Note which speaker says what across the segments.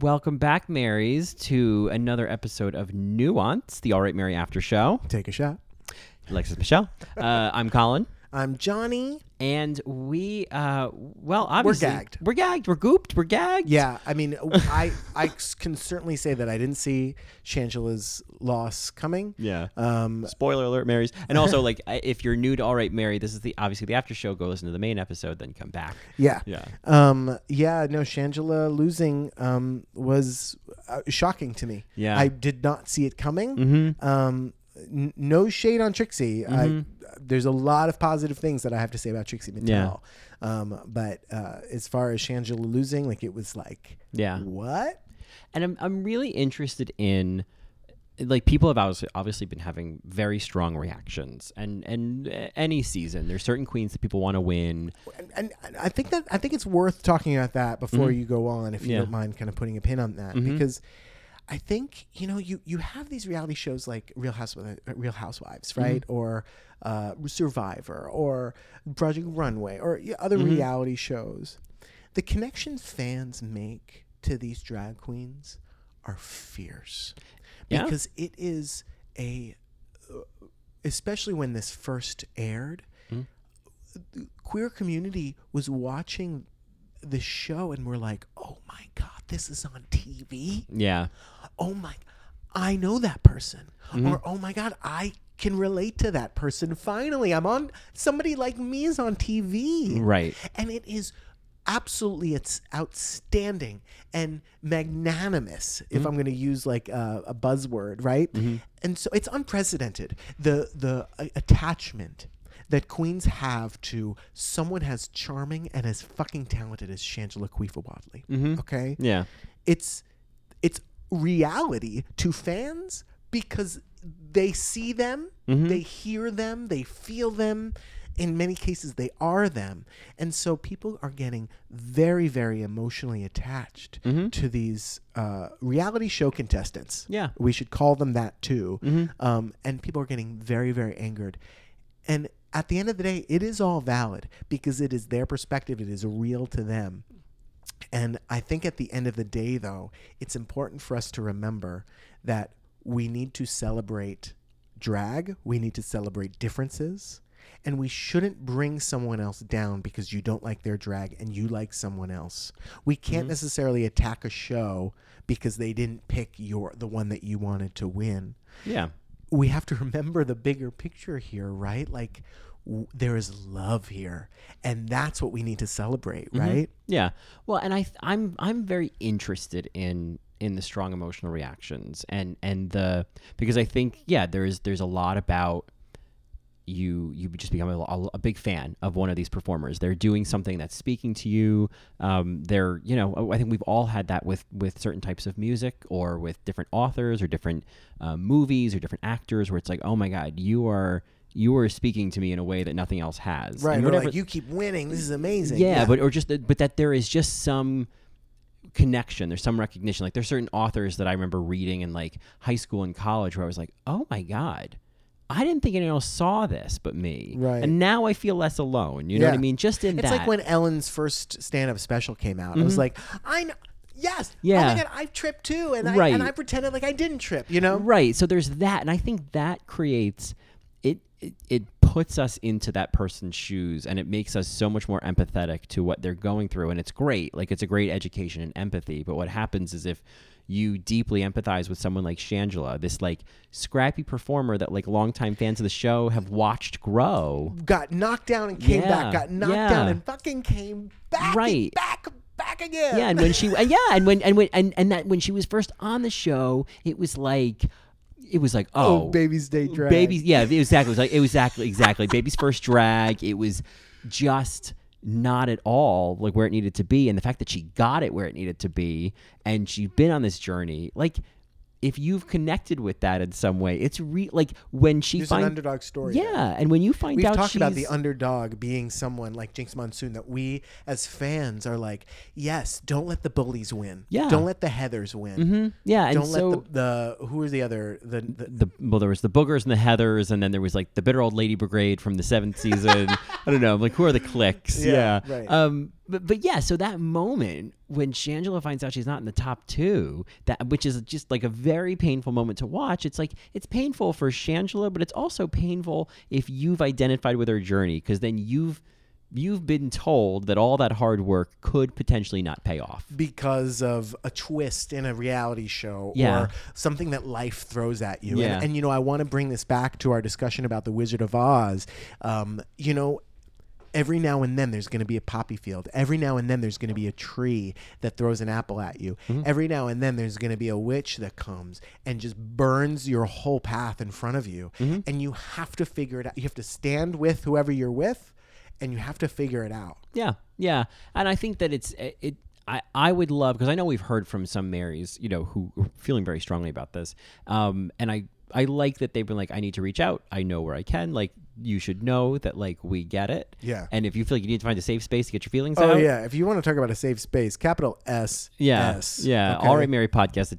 Speaker 1: Welcome back, Marys, to another episode of Nuance, the All Right Mary After Show.
Speaker 2: Take a shot.
Speaker 1: Alexis Michelle. Uh, I'm Colin.
Speaker 2: I'm Johnny.
Speaker 1: And we, uh, well, obviously.
Speaker 2: gagged.
Speaker 1: We're gagged. We're gooped. We're gagged.
Speaker 2: Yeah, I mean, I I s- can certainly say that I didn't see Shangela's loss coming.
Speaker 1: Yeah.
Speaker 2: Um,
Speaker 1: Spoiler alert, Marys. And also, like, I- if you're new to All Right Mary, this is the obviously the after show. Go listen to the main episode, then come back.
Speaker 2: yeah.
Speaker 1: Yeah.
Speaker 2: Um, yeah. No, Shangela losing um, was uh, shocking to me.
Speaker 1: Yeah.
Speaker 2: I did not see it coming.
Speaker 1: Mm-hmm.
Speaker 2: Um, n- no shade on Trixie. I,
Speaker 1: Mm-hmm.
Speaker 2: there's a lot of positive things that I have to say about Trixie Mattel. Um, but uh, as far as Shangela losing, like it was like,
Speaker 1: Yeah.
Speaker 2: what?
Speaker 1: and I'm I'm really interested in like people have obviously, obviously been having very strong reactions and and uh, any season there's certain queens that people want to win
Speaker 2: and, and and I think that I think it's worth talking about that before you go on, if you
Speaker 1: Mm-hmm. Yeah. Mm-hmm.
Speaker 2: don't mind, kind of putting a pin on that because I think you know you you have these reality shows like Real Housewives, Real Housewives,
Speaker 1: Mm-hmm.
Speaker 2: right, or uh, Survivor, or Project Runway, or yeah, other
Speaker 1: Mm-hmm.
Speaker 2: reality shows. The connections fans make to these drag queens are fierce
Speaker 1: Yeah.
Speaker 2: because it is a especially when this first aired the queer community was watching the show and were like oh my god this is on tv
Speaker 1: yeah
Speaker 2: oh my i know that person or oh my god i can relate to that person finally i'm on somebody like me is on tv
Speaker 1: right
Speaker 2: and it is absolutely it's outstanding and magnanimous if i'm going to use like a, a buzzword right and so it's unprecedented the the uh, attachment that queens have to someone as charming and as fucking talented as Shangela Queefa Wadley okay
Speaker 1: yeah
Speaker 2: it's it's reality to fans because they see them, they hear them, they feel them. In many cases, they are them, and so people are getting very, very emotionally attached to these uh, reality show contestants.
Speaker 1: Yeah.
Speaker 2: we should call them that too. Um, and people are getting very, very angered, and. At the end of the day, it is all valid because it is their perspective. It is real to them. And I think at the end of the day, though, it's important for us to remember that we need to celebrate drag, we need to celebrate differences, and we shouldn't bring someone else down because you don't like their drag and you like someone else. We can't necessarily attack a show because they didn't pick your the one that you wanted to win
Speaker 1: yeah
Speaker 2: we have to remember the bigger picture here, right? Like w- there is love here, and that's what we need to celebrate, right?
Speaker 1: yeah well and i th- i'm i'm very interested in in the strong emotional reactions and and the because i think yeah there's there's a lot about you you just become a, a- a big fan of one of these performers. They're doing something that's speaking to you. Um, they're you know I think we've all had that with with certain types of music or with different authors or different uh, movies or different actors where it's like oh my god you are you are speaking to me in a way that nothing else has
Speaker 2: Right.
Speaker 1: And
Speaker 2: Or
Speaker 1: whatever-
Speaker 2: like you keep winning. This is amazing.
Speaker 1: yeah, but or just that- but that there is just some connection. There's some recognition. Like there's certain authors that I remember reading in like high school and college where I was like, oh my god. I didn't think anyone else saw this but me.
Speaker 2: Right.
Speaker 1: And now I feel less alone. You know what I
Speaker 2: Yeah.
Speaker 1: mean? Just in
Speaker 2: it's
Speaker 1: that. Mm-hmm.
Speaker 2: like when Ellen's first stand-up special came out. I was like, I know. Yes. Oh my
Speaker 1: Yeah.
Speaker 2: god, I tripped too, and I
Speaker 1: Right.
Speaker 2: and I pretended like I didn't trip. You know.
Speaker 1: Right. So there's that, and I think that creates it. It, it puts us into that person's shoes, and it makes us so much more empathetic to what they're going through, and it's great. Like it's a great education in empathy. But what happens is if you deeply empathize with someone like Shangela, this like scrappy performer that like longtime fans of the show have watched grow.
Speaker 2: Got knocked down and came
Speaker 1: Yeah.
Speaker 2: back. Got knocked
Speaker 1: Yeah.
Speaker 2: down and fucking came back.
Speaker 1: Right.
Speaker 2: Back. Back again.
Speaker 1: Yeah, and when she and yeah, and when and when and, and that when she was first on the show, it was like it was like oh,
Speaker 2: Oh, baby's day drag.
Speaker 1: Baby's yeah, it- exactly. It was like it was exactly exactly baby's first drag. It was just not at all like where it needed to be, and the fact that she got it where it needed to be, and she'd been on this journey, like. If you've connected with that in some way, it's re- like when she
Speaker 2: There's an
Speaker 1: finds
Speaker 2: underdog story. there.
Speaker 1: yeah, and when you find
Speaker 2: We've
Speaker 1: out
Speaker 2: talked about the
Speaker 1: she's-
Speaker 2: underdog being someone like Jinx Monsoon that we as fans are like, yes, don't let the bullies win.
Speaker 1: Yeah.
Speaker 2: Don't let the Heathers win.
Speaker 1: Mhm. yeah, and
Speaker 2: Don't
Speaker 1: so
Speaker 2: let the, the who are the other the, the
Speaker 1: the well, there was the boogers and the heathers, and then there was like the bitter old lady brigade from the seventh season. I don't know, like who are the cliques?
Speaker 2: Yeah, right.
Speaker 1: Um, But, but yeah, so that moment when Shangela finds out she's not in the top two, that which is just like a very painful moment to watch. It's like it's painful for Shangela, but it's also painful if you've identified with her journey because then you've you've been told that all that hard work could potentially not pay off.
Speaker 2: because of a twist in a reality show
Speaker 1: Yeah.
Speaker 2: or something that life throws at you.
Speaker 1: Yeah.
Speaker 2: And, and you know, I want to bring this back to our discussion about the Wizard of Oz. Um, you know, every now and then there's going to be a poppy field. Every now and then there's going to be a tree that throws an apple at you.
Speaker 1: Mm-hmm.
Speaker 2: Every now and then there's going to be a witch that comes and just burns your whole path in front of you.
Speaker 1: Mm-hmm.
Speaker 2: And you have to figure it out. You have to stand with whoever you're with and you have to figure it out.
Speaker 1: Yeah, yeah, and I think that it's eh, it. I, I would love because I know we've heard from some Marys, you know, who are feeling very strongly about this. Um, and I I like that they've been like, I need to reach out. I know where I can. Like, you should know that like we get it.
Speaker 2: Yeah.
Speaker 1: And if you feel like you need to find a safe space to get your feelings
Speaker 2: Oh
Speaker 1: out.
Speaker 2: yeah, if you want to talk about a safe space, capital S.
Speaker 1: Yeah.
Speaker 2: S,
Speaker 1: Yeah.
Speaker 2: okay?
Speaker 1: All right, Mary podcast at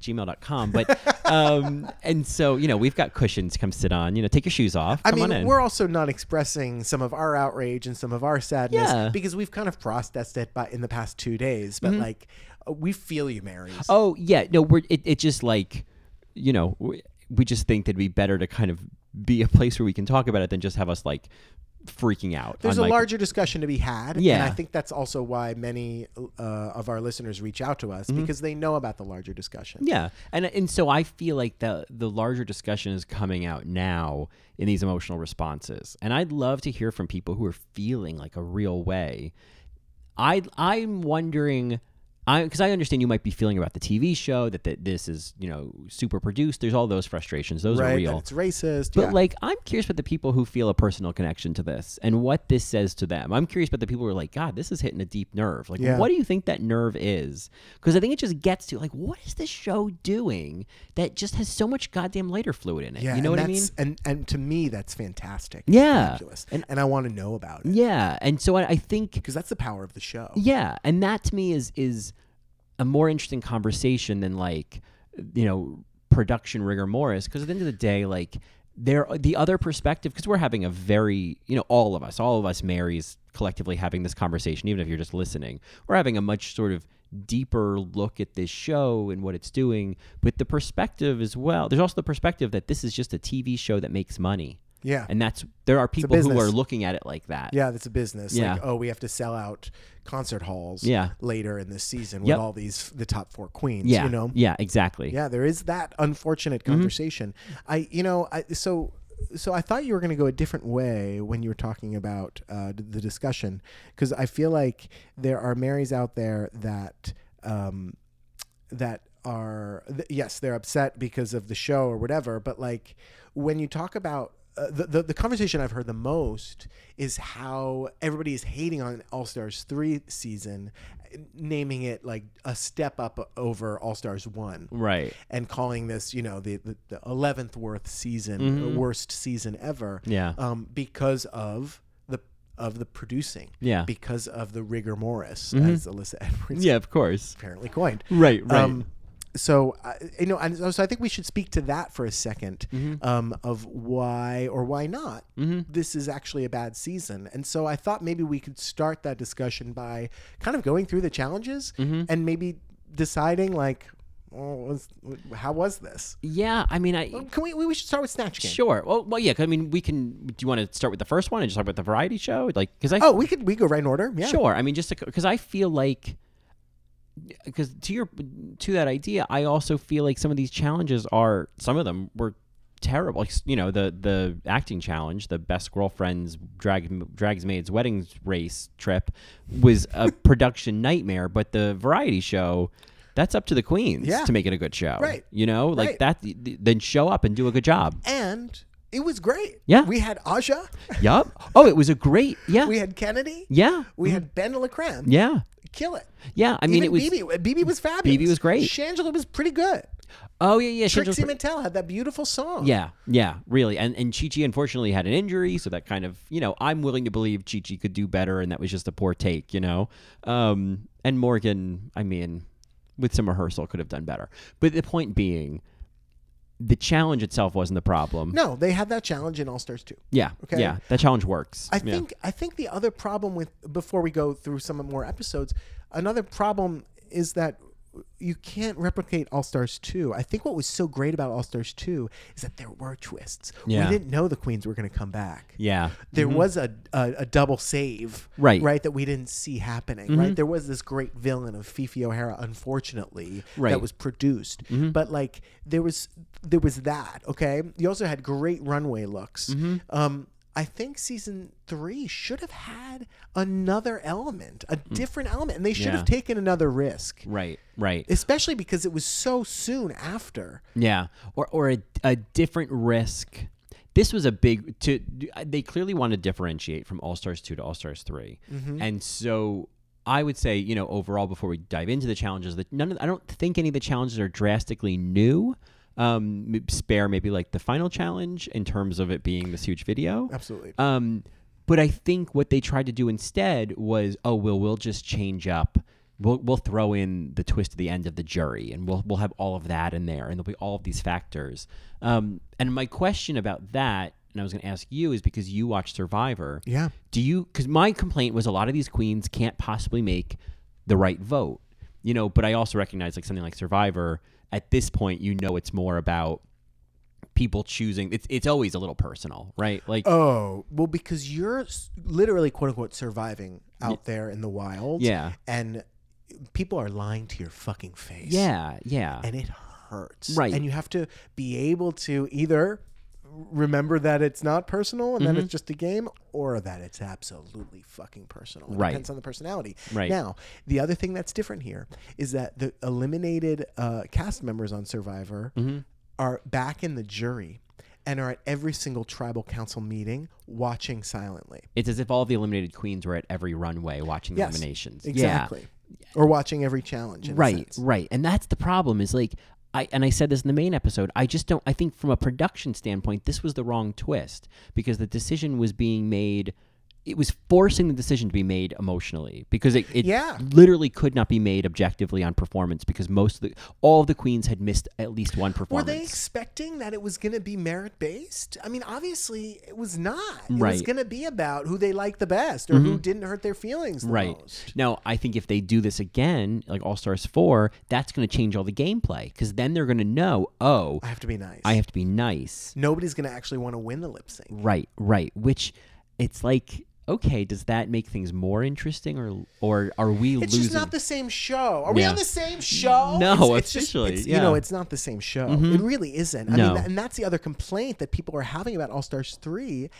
Speaker 1: gmail.com. But, um, and so, you know, we've got cushions to come sit on, you know, take your shoes off.
Speaker 2: I
Speaker 1: Come on
Speaker 2: mean,
Speaker 1: in.
Speaker 2: we're also not expressing some of our outrage and some of our sadness
Speaker 1: Yeah. Mm-hmm.
Speaker 2: because we've kind of processed it by in the past two days. But like, uh, we feel you, Marys.
Speaker 1: Oh yeah, no, we're it, it just like you know we, we just think that'd be better to kind of be a place where we can talk about it than just have us like freaking out.
Speaker 2: There's a
Speaker 1: on, like-
Speaker 2: larger discussion to be had, and
Speaker 1: Yeah.
Speaker 2: I think that's also why many uh, of our listeners reach out to us because they know about the larger discussion.
Speaker 1: Mm-hmm. yeah, and uh, and so I feel like the the larger discussion is coming out now in these emotional responses, and I'd love to hear from people who are feeling like a real way. I I'm wondering. I, because I understand you might be feeling about the TV show that, that this is you know super produced. There's all those frustrations. Those
Speaker 2: Right? That
Speaker 1: are real.
Speaker 2: it's racist.
Speaker 1: But
Speaker 2: yeah.
Speaker 1: like, I'm curious about the people who feel a personal connection to this and what this says to them. I'm curious about the people who are like, God, this is hitting a deep nerve. Like,
Speaker 2: Yeah.
Speaker 1: what do you think that nerve is? Because I think it just gets to like, what is this show doing that just has so much goddamn lighter fluid in it?
Speaker 2: yeah,
Speaker 1: you know
Speaker 2: and
Speaker 1: what I mean?
Speaker 2: that's- And and to me, that's fantastic.
Speaker 1: Yeah.
Speaker 2: Fabulous. And, and I want to know about it
Speaker 1: Yeah, and so I, I think
Speaker 2: because that's the power of the show.
Speaker 1: yeah, and that to me is is a more interesting conversation than like you know production rigor mortis because at the end of the day like there the other perspective because we're having a very you know all of us all of us marys collectively having this conversation even if you're just listening we're having a much sort of deeper look at this show and what it's doing but the perspective as well there's also the perspective that this is just a tv show that makes money
Speaker 2: Yeah.
Speaker 1: and that's there are people who
Speaker 2: business.
Speaker 1: are looking at it like that
Speaker 2: Yeah, that's a business.
Speaker 1: Yeah.
Speaker 2: Like, oh, we have to sell out concert halls
Speaker 1: Yeah.
Speaker 2: later in this season with
Speaker 1: Yep.
Speaker 2: all these the top four queens.
Speaker 1: yeah
Speaker 2: You know?
Speaker 1: yeah exactly
Speaker 2: Yeah, there is that unfortunate conversation. I you know, I so so I thought you were going to go a different way when you were talking about uh, the discussion because I feel like there are Marys out there that um, that are th- yes they're upset because of the show or whatever but like when you talk about uh, the, the the conversation I've heard the most is how everybody is hating on All Stars three season, naming it like a step up over All Stars one
Speaker 1: right
Speaker 2: and calling this, you know, the the- the eleventh worst season, uh, worst season ever.
Speaker 1: Mm-hmm. Yeah.
Speaker 2: Um, because of the of the producing.
Speaker 1: Yeah. Mm-hmm.
Speaker 2: Because of the rigor mortis, as Alyssa Edwards
Speaker 1: Yeah, of course.
Speaker 2: apparently coined.
Speaker 1: Right, right.
Speaker 2: Um, so I you know, and so so I think we should speak to that for a 2nd
Speaker 1: Mm-hmm.
Speaker 2: um, of why or why not this is actually a bad season. And so I thought maybe we could start that discussion by kind of going through the challenges
Speaker 1: Mm-hmm.
Speaker 2: and maybe deciding like, oh, was, how was this?
Speaker 1: yeah, I mean, I
Speaker 2: Can we? We should start with Snatch Game.
Speaker 1: sure. Well, well, yeah. 'cause I mean, we can. Do you want to start with the first one and just talk about the variety show? Like, because I
Speaker 2: Oh, we could we go right in order. Yeah.
Speaker 1: sure. I mean, just because I feel like because to your to that idea, I also feel like some of these challenges are some of them were terrible. Like you know the the acting challenge, the best girlfriends drag drags maids weddings race trip was a production nightmare, but the variety show. That's up to the queens
Speaker 2: Yeah.
Speaker 1: to make it a good show.
Speaker 2: Right.
Speaker 1: You know, like
Speaker 2: Right.
Speaker 1: that, then show up and do a good job.
Speaker 2: And it was great.
Speaker 1: Yeah.
Speaker 2: We had Aja.
Speaker 1: yup. Oh, it was a great, yeah.
Speaker 2: We had Kennedy.
Speaker 1: yeah. Mm-hmm.
Speaker 2: We had Ben LaCreme.
Speaker 1: Yeah.
Speaker 2: Kill it.
Speaker 1: Yeah. I
Speaker 2: Even
Speaker 1: mean, it was,
Speaker 2: BB. BB was fabulous.
Speaker 1: BB was great.
Speaker 2: Shangela was pretty good.
Speaker 1: oh, yeah, yeah. Shangela's
Speaker 2: Trixie
Speaker 1: pre-
Speaker 2: Mattel had that beautiful song.
Speaker 1: Yeah, yeah, really. And and Chi Chi unfortunately had an injury, so that kind of you know I'm willing to believe Chi Chi could do better, and that was just a poor take, you know. Um, and Morgan, I mean, with some rehearsal, could have done better. But the point being, the challenge itself wasn't the problem.
Speaker 2: No, they had that challenge in All Stars 2.
Speaker 1: Yeah.
Speaker 2: Okay.
Speaker 1: Yeah. That challenge works.
Speaker 2: I
Speaker 1: Yeah.
Speaker 2: think I think the other problem with before we go through some more episodes, another problem is that you can't replicate All Stars 2. I think what was so great about All Stars 2 is that there were twists.
Speaker 1: Yeah.
Speaker 2: We didn't know the queens were going to come back.
Speaker 1: Yeah.
Speaker 2: There was a, a a double save,
Speaker 1: Mm-hmm. Right. Mm-hmm.
Speaker 2: Right, that we didn't see happening. Right, there was this great villain of Fifi O'Hara, unfortunately,
Speaker 1: Right. Mm-hmm.
Speaker 2: that was produced. But like, there was there was that. Okay, you also had great runway looks.
Speaker 1: Mm-hmm.
Speaker 2: Um, I think season three should have had another element, a different element, and they should
Speaker 1: Mm. Yeah.
Speaker 2: have taken another risk,
Speaker 1: Right. Right.
Speaker 2: especially because it was so soon after.
Speaker 1: Yeah, or or a, a different risk. This was a big to. uh, They clearly want to differentiate from All Stars two to All Stars 3 and so I would say you know overall before we dive into the challenges that none of I don't think any of the challenges are drastically new. Um, m- spare maybe like the final challenge in terms of it being this huge video.
Speaker 2: Absolutely.
Speaker 1: Um, but I think what they tried to do instead was, oh, we'll we'll just change up. We'll we'll throw in the twist at the end of the jury, and we'll we'll have all of that in there, and there'll be all of these factors. Um, and my question about that, and I was going to ask you, is because you watch Survivor.
Speaker 2: Yeah.
Speaker 1: Do you? Because my complaint was a lot of these queens can't possibly make the right vote, you know. But I also recognize like something like Survivor. At this point, you know, it's more about people choosing. It's it's always a little personal, right? Like,
Speaker 2: Oh, well, because you're s- literally, quote unquote, surviving out there in the wild.
Speaker 1: Yeah.
Speaker 2: And people are lying to your fucking face.
Speaker 1: Yeah, yeah.
Speaker 2: And it hurts.
Speaker 1: Right.
Speaker 2: And you have to be able to either remember that it's not personal and
Speaker 1: Mm-hmm.
Speaker 2: that it's just a game or that it's absolutely fucking personal. It
Speaker 1: Right.
Speaker 2: Depends on the personality.
Speaker 1: Right.
Speaker 2: Now, the other thing that's different here is that the eliminated uh, cast members on Survivor
Speaker 1: Mm-hmm.
Speaker 2: are back in the jury and are at every single tribal council meeting watching silently.
Speaker 1: it's as if all the eliminated queens were at every runway watching the
Speaker 2: Yes,
Speaker 1: eliminations.
Speaker 2: Exactly. Or watching every challenge. in a
Speaker 1: Yeah. Right,
Speaker 2: sense.
Speaker 1: right. And that's the problem is like I and I said this in the main episode, I just don't I think from a production standpoint this was the wrong twist because the decision was being made it was forcing the decision to be made emotionally because it, it
Speaker 2: Yeah.
Speaker 1: literally could not be made objectively on performance because most of the all of the queens had missed at least one
Speaker 2: Were
Speaker 1: performance.
Speaker 2: they expecting that it was going to be merit based? I mean, obviously, it was not. It was
Speaker 1: Right. Mm-hmm.
Speaker 2: going to be about who they liked the best or who didn't hurt their feelings the
Speaker 1: Right.
Speaker 2: most.
Speaker 1: Now, I think if they do this again, like All Stars 4, that's going to change all the gameplay because then they're going to know, oh,
Speaker 2: I have to be nice.
Speaker 1: I have to be nice.
Speaker 2: Nobody's going to actually want to win the lip sync.
Speaker 1: Right, right. Which it's like, okay, does that make things more interesting or or are we
Speaker 2: It's
Speaker 1: losing?
Speaker 2: just not the same show. Are we
Speaker 1: Yeah.
Speaker 2: on the same show?
Speaker 1: No,
Speaker 2: it's, it's
Speaker 1: officially,
Speaker 2: Just, it's,
Speaker 1: yeah. Mm-hmm.
Speaker 2: You know, it's not the same show. It really isn't. I
Speaker 1: No.
Speaker 2: mean, tha- and that's the other complaint that people are having about All Stars 3.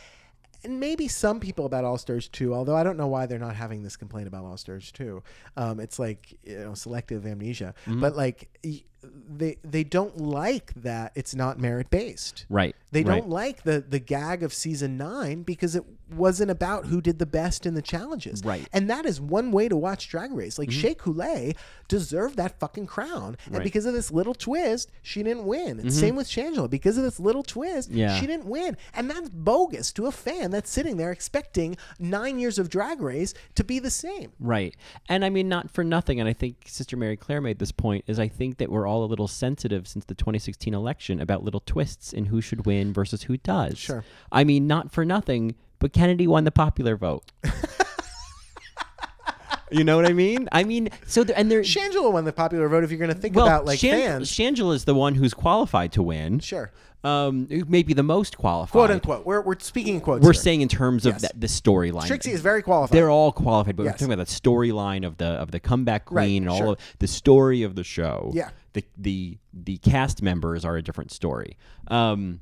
Speaker 2: And maybe some people about All Stars 2, although I don't know why they're not having this complaint about All Stars 2. Um, it's like, you know, selective amnesia.
Speaker 1: Mm-hmm.
Speaker 2: But like, y- they, they don't like that it's not merit based.
Speaker 1: right.
Speaker 2: They
Speaker 1: right.
Speaker 2: don't like the the gag of season nine because it wasn't about who did the best in the challenges.
Speaker 1: Right. Mm-hmm.
Speaker 2: And that is one way to watch Drag Race. Like Shea Coulee deserved that fucking crown. And
Speaker 1: Right. Mm-hmm.
Speaker 2: because of this little twist, she didn't win. And same with Shangela. Because of this little twist,
Speaker 1: Yeah.
Speaker 2: she didn't win. And that's bogus to a fan that's sitting there expecting nine years of drag race to be the same.
Speaker 1: Right. And I mean, not for nothing. And I think Sister Mary Claire made this point is I think that we're all a little sensitive since the 2016 election about little twists in who should win versus who does.
Speaker 2: Sure.
Speaker 1: I mean, not for nothing, but Kennedy won the popular vote. you know what I mean? I mean, so there, and there.
Speaker 2: Shangela won the popular vote if you're gonna think
Speaker 1: well,
Speaker 2: about like
Speaker 1: Shan-
Speaker 2: fans.
Speaker 1: Shangela is the one who's qualified to win.
Speaker 2: sure.
Speaker 1: Um, maybe the most qualified.
Speaker 2: Quote unquote. We're, we're speaking in quotes.
Speaker 1: We're
Speaker 2: here.
Speaker 1: saying in terms of
Speaker 2: Yes.
Speaker 1: that, the storyline.
Speaker 2: Trixie is very qualified.
Speaker 1: They're all qualified, but
Speaker 2: Yes.
Speaker 1: we're talking about the storyline of the of the comeback queen
Speaker 2: Right,
Speaker 1: and all
Speaker 2: sure.
Speaker 1: of the story of the show.
Speaker 2: Yeah.
Speaker 1: The the the cast members are a different story. Um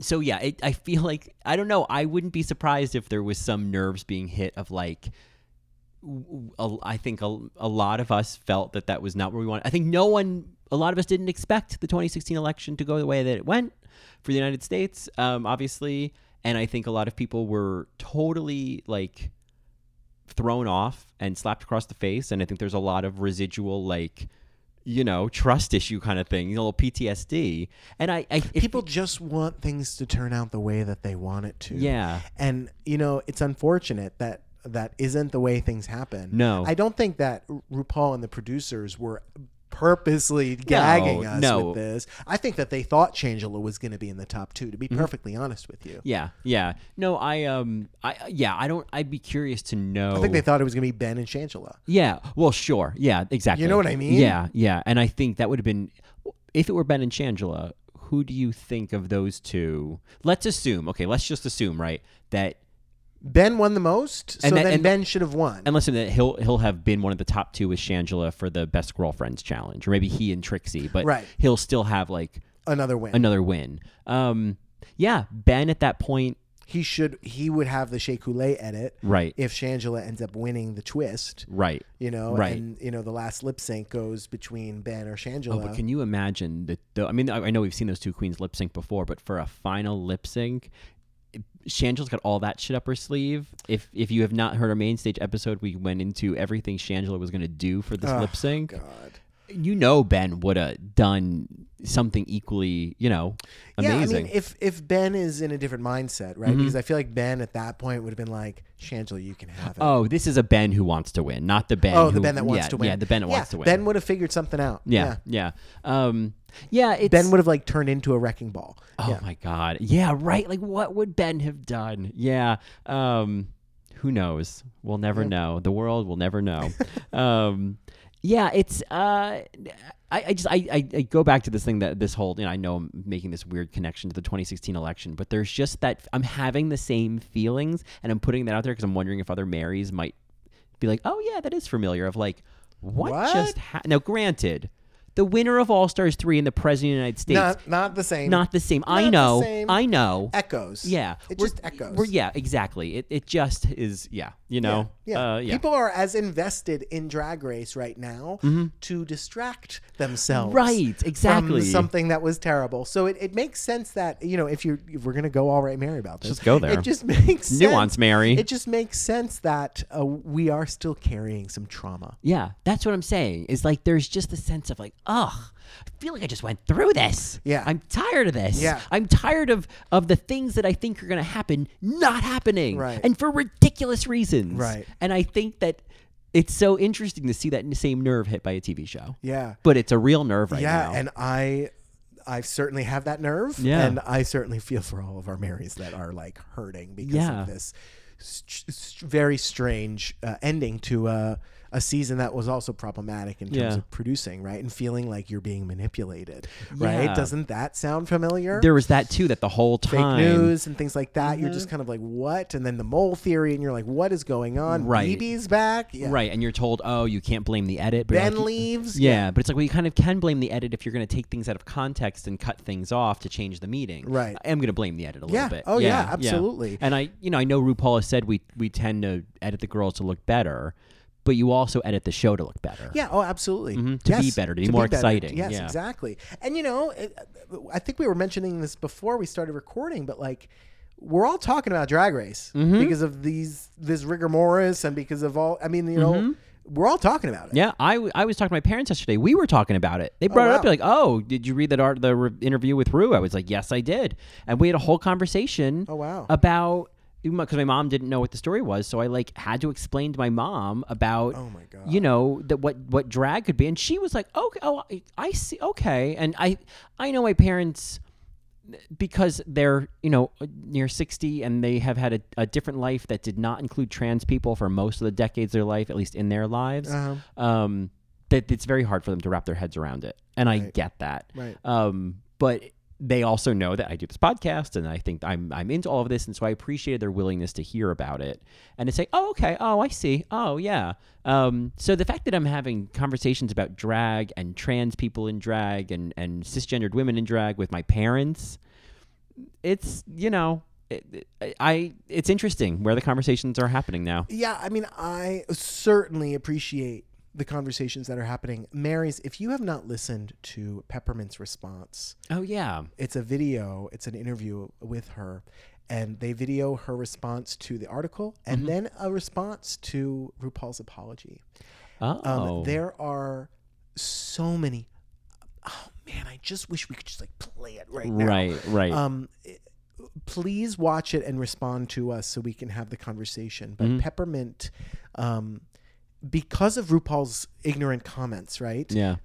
Speaker 1: so yeah, it, I feel like I don't know, I wouldn't be surprised if there was some nerves being hit of like w- w- a- I think a, a lot of us felt that that was not where we wanted. I think no one, a lot of us didn't expect the 2016 election to go the way that it went for the United States, um, obviously. And I think a lot of people were totally like thrown off and slapped across the face. And I think there's a lot of residual, like, you know, trust issue kind of thing, you know, PTSD. And I, I if-
Speaker 2: people just want things to turn out the way that they want it to.
Speaker 1: yeah,
Speaker 2: And you know, it's unfortunate that that isn't the way things happen.
Speaker 1: No.
Speaker 2: I don't think that Ru- RuPaul and the producers were purposely gagging us
Speaker 1: no.
Speaker 2: with this. I think that they thought Changela was going to be in the top two. To
Speaker 1: Mm-hmm.
Speaker 2: be perfectly honest with you,
Speaker 1: Yeah, yeah. No, I um, I yeah, I don't. I'd be curious to know.
Speaker 2: I think they thought it was going to be Ben and Changela.
Speaker 1: Yeah. Well, sure. Yeah. Exactly.
Speaker 2: You know what I mean?
Speaker 1: Yeah. Yeah. And I think that would have been, if it were Ben and Shangela, who do you think of those two? Let's assume. Okay. Let's just assume, right? That
Speaker 2: Ben won the most, so
Speaker 1: And that-
Speaker 2: then
Speaker 1: and-
Speaker 2: Ben should have won.
Speaker 1: and listen, that he'll he'll have been one of the top two with Shangela for the best girlfriends challenge, or maybe he and Trixie, but
Speaker 2: Right.
Speaker 1: he'll still have like
Speaker 2: Another win.
Speaker 1: another win. Um. Yeah. Ben at that point.
Speaker 2: he should. He would have the Shea Coulee edit
Speaker 1: Right.
Speaker 2: if Shangela ends up winning the twist.
Speaker 1: Right.
Speaker 2: You know,
Speaker 1: Right.
Speaker 2: and you know the last lip sync goes between Ben or Shangela.
Speaker 1: Oh, but can you imagine that? Though I mean, I, I know we've seen those two queens lip sync before, but for a final lip sync, Shangela's got all that shit up her sleeve. If if you have not heard our main stage episode, we went into everything Shangela was going to do for this
Speaker 2: Oh,
Speaker 1: lip sync.
Speaker 2: God.
Speaker 1: You know, Ben would have done something equally, you know,
Speaker 2: Yeah, I
Speaker 1: amazing. Mm-hmm.
Speaker 2: mean, if if Ben is in a different mindset, right? Because I feel like Ben at that point would have been like, Shangela, you can have it.
Speaker 1: oh, this is a Ben who wants to win, not the Ben.
Speaker 2: oh, the
Speaker 1: who-
Speaker 2: Ben that wants
Speaker 1: yeah,
Speaker 2: to win.
Speaker 1: Yeah, the Ben that
Speaker 2: Yeah,
Speaker 1: wants to win.
Speaker 2: Ben would have figured something out.
Speaker 1: yeah, yeah, Um, yeah. It's,
Speaker 2: Ben would have like turned into a wrecking ball.
Speaker 1: Oh
Speaker 2: yeah.
Speaker 1: my god. Yeah, right. Like what would Ben have done? Yeah. Um who knows? We'll never know. The world will never know. um yeah, it's uh I, I just I, I, I go back to this thing that this whole you know I know I'm making this weird connection to the 2016 election, but there's just that I'm having the same feelings, and I'm putting that out there because I'm wondering if other Marys might be like, oh yeah, that is familiar. Of like, what,
Speaker 2: What?
Speaker 1: just ha-? now? Granted, the winner of All Stars three and the president of the United States
Speaker 2: Not not the same.
Speaker 1: not the same. I
Speaker 2: Not the
Speaker 1: know.
Speaker 2: same.
Speaker 1: I know.
Speaker 2: echoes.
Speaker 1: yeah.
Speaker 2: It
Speaker 1: We're-
Speaker 2: just echoes.
Speaker 1: We're, yeah, exactly. It, it just is. Yeah. You know.
Speaker 2: Yeah.
Speaker 1: Uh, yeah.
Speaker 2: People are as invested in Drag Race right now to distract themselves.
Speaker 1: Mm-hmm. Right, exactly.
Speaker 2: From something that was terrible. So it, it makes sense that, you know, if you're if we're gonna go all right Mary about this.
Speaker 1: Just go there.
Speaker 2: It just makes sense.
Speaker 1: Nuance, Mary.
Speaker 2: It just makes sense that uh, we are still carrying some trauma.
Speaker 1: yeah. That's what I'm saying. Is like there's just a sense of like, ugh, I feel like I just went through this.
Speaker 2: Yeah.
Speaker 1: I'm tired of this.
Speaker 2: Yeah.
Speaker 1: I'm tired of of the things that I think are gonna happen not happening.
Speaker 2: Right.
Speaker 1: And for ridiculous reasons.
Speaker 2: Right.
Speaker 1: And I think that it's so interesting to see that same nerve hit by a TV show.
Speaker 2: Yeah.
Speaker 1: But it's a real nerve right
Speaker 2: yeah.
Speaker 1: now.
Speaker 2: And I I certainly have that nerve.
Speaker 1: Yeah.
Speaker 2: And I certainly feel for all of our Marys that are like hurting because
Speaker 1: Yeah.
Speaker 2: of this st- st- very strange uh, ending to uh, a season that was also problematic in terms
Speaker 1: Yeah.
Speaker 2: of producing, right? And feeling like you're being manipulated, right?
Speaker 1: Yeah.
Speaker 2: Doesn't that sound familiar?
Speaker 1: there was that too. That the whole
Speaker 2: Fake
Speaker 1: time.
Speaker 2: news and things like that.
Speaker 1: Mm-hmm.
Speaker 2: You're just kind of like, what? And then the mole theory, and you're like, what is going on?
Speaker 1: Right.
Speaker 2: BB's back. Yeah.
Speaker 1: Right, and you're told, oh, you can't blame the edit. But you're
Speaker 2: Ben
Speaker 1: like,
Speaker 2: leaves.
Speaker 1: yeah, but it's like, well, you kind of can blame the edit if you're going to take things out of context and cut things off to change the meeting.
Speaker 2: Right.
Speaker 1: I am going to blame the edit a little
Speaker 2: Yeah.
Speaker 1: bit.
Speaker 2: Oh, yeah, absolutely.
Speaker 1: And I, you know, I know RuPaul has said we we tend to edit the girls to look better, but you also edit the show to look better.
Speaker 2: Yeah. Oh, absolutely.
Speaker 1: Mm-hmm. To be better, to be more exciting.
Speaker 2: Yes,
Speaker 1: Yeah.
Speaker 2: exactly. And you know, it, I think we were mentioning this before we started recording, but like, we're all talking about Drag Race
Speaker 1: Mm-hmm.
Speaker 2: because of these this rigor mortis and because of all. I mean, you know, we're all talking about it.
Speaker 1: Mm-hmm. Yeah, I, w- I was talking to my parents yesterday. We were talking about it. They brought it
Speaker 2: wow.
Speaker 1: up. They're like, "Oh, did you read that art the re- interview with Rue?" I was like, "Yes, I did." And we had a whole conversation.
Speaker 2: Oh, wow.
Speaker 1: About because my mom didn't know what the story was, so I like had to explain to my mom about
Speaker 2: Oh, my God.
Speaker 1: you know that what what drag could be, and she was like, "Okay, oh, I, I see, okay." And I I know my parents because they're you know near 60 and they have had a, a different life that did not include trans people for most of the decades of their life at least in their lives
Speaker 2: Uh-huh.
Speaker 1: um, that it's very hard for them to wrap their heads around it and i get that
Speaker 2: Right.
Speaker 1: um, but they also know that i do this podcast and i think i'm i'm into all of this and so i appreciated their willingness to hear about it and to say oh okay oh i see oh yeah um, so the fact that i'm having conversations about drag and trans people in drag and and cisgendered women in drag with my parents it's you know it, it- I it's interesting where the conversations are happening now.
Speaker 2: Yeah, I mean, I certainly appreciate the conversations that are happening. Marys, if you have not listened to Peppermint's response,
Speaker 1: Oh yeah,
Speaker 2: it's a video it's an interview with her and they video her response to the article and
Speaker 1: Mm-hmm.
Speaker 2: then a response to rupaul's apology um,
Speaker 1: oh
Speaker 2: there are so many oh man i just wish we could just like play it right now
Speaker 1: right right
Speaker 2: um i- please watch it and respond to us so we can have the conversation
Speaker 1: Mm-hmm.
Speaker 2: but peppermint um because of rupaul's ignorant comments right
Speaker 1: yeah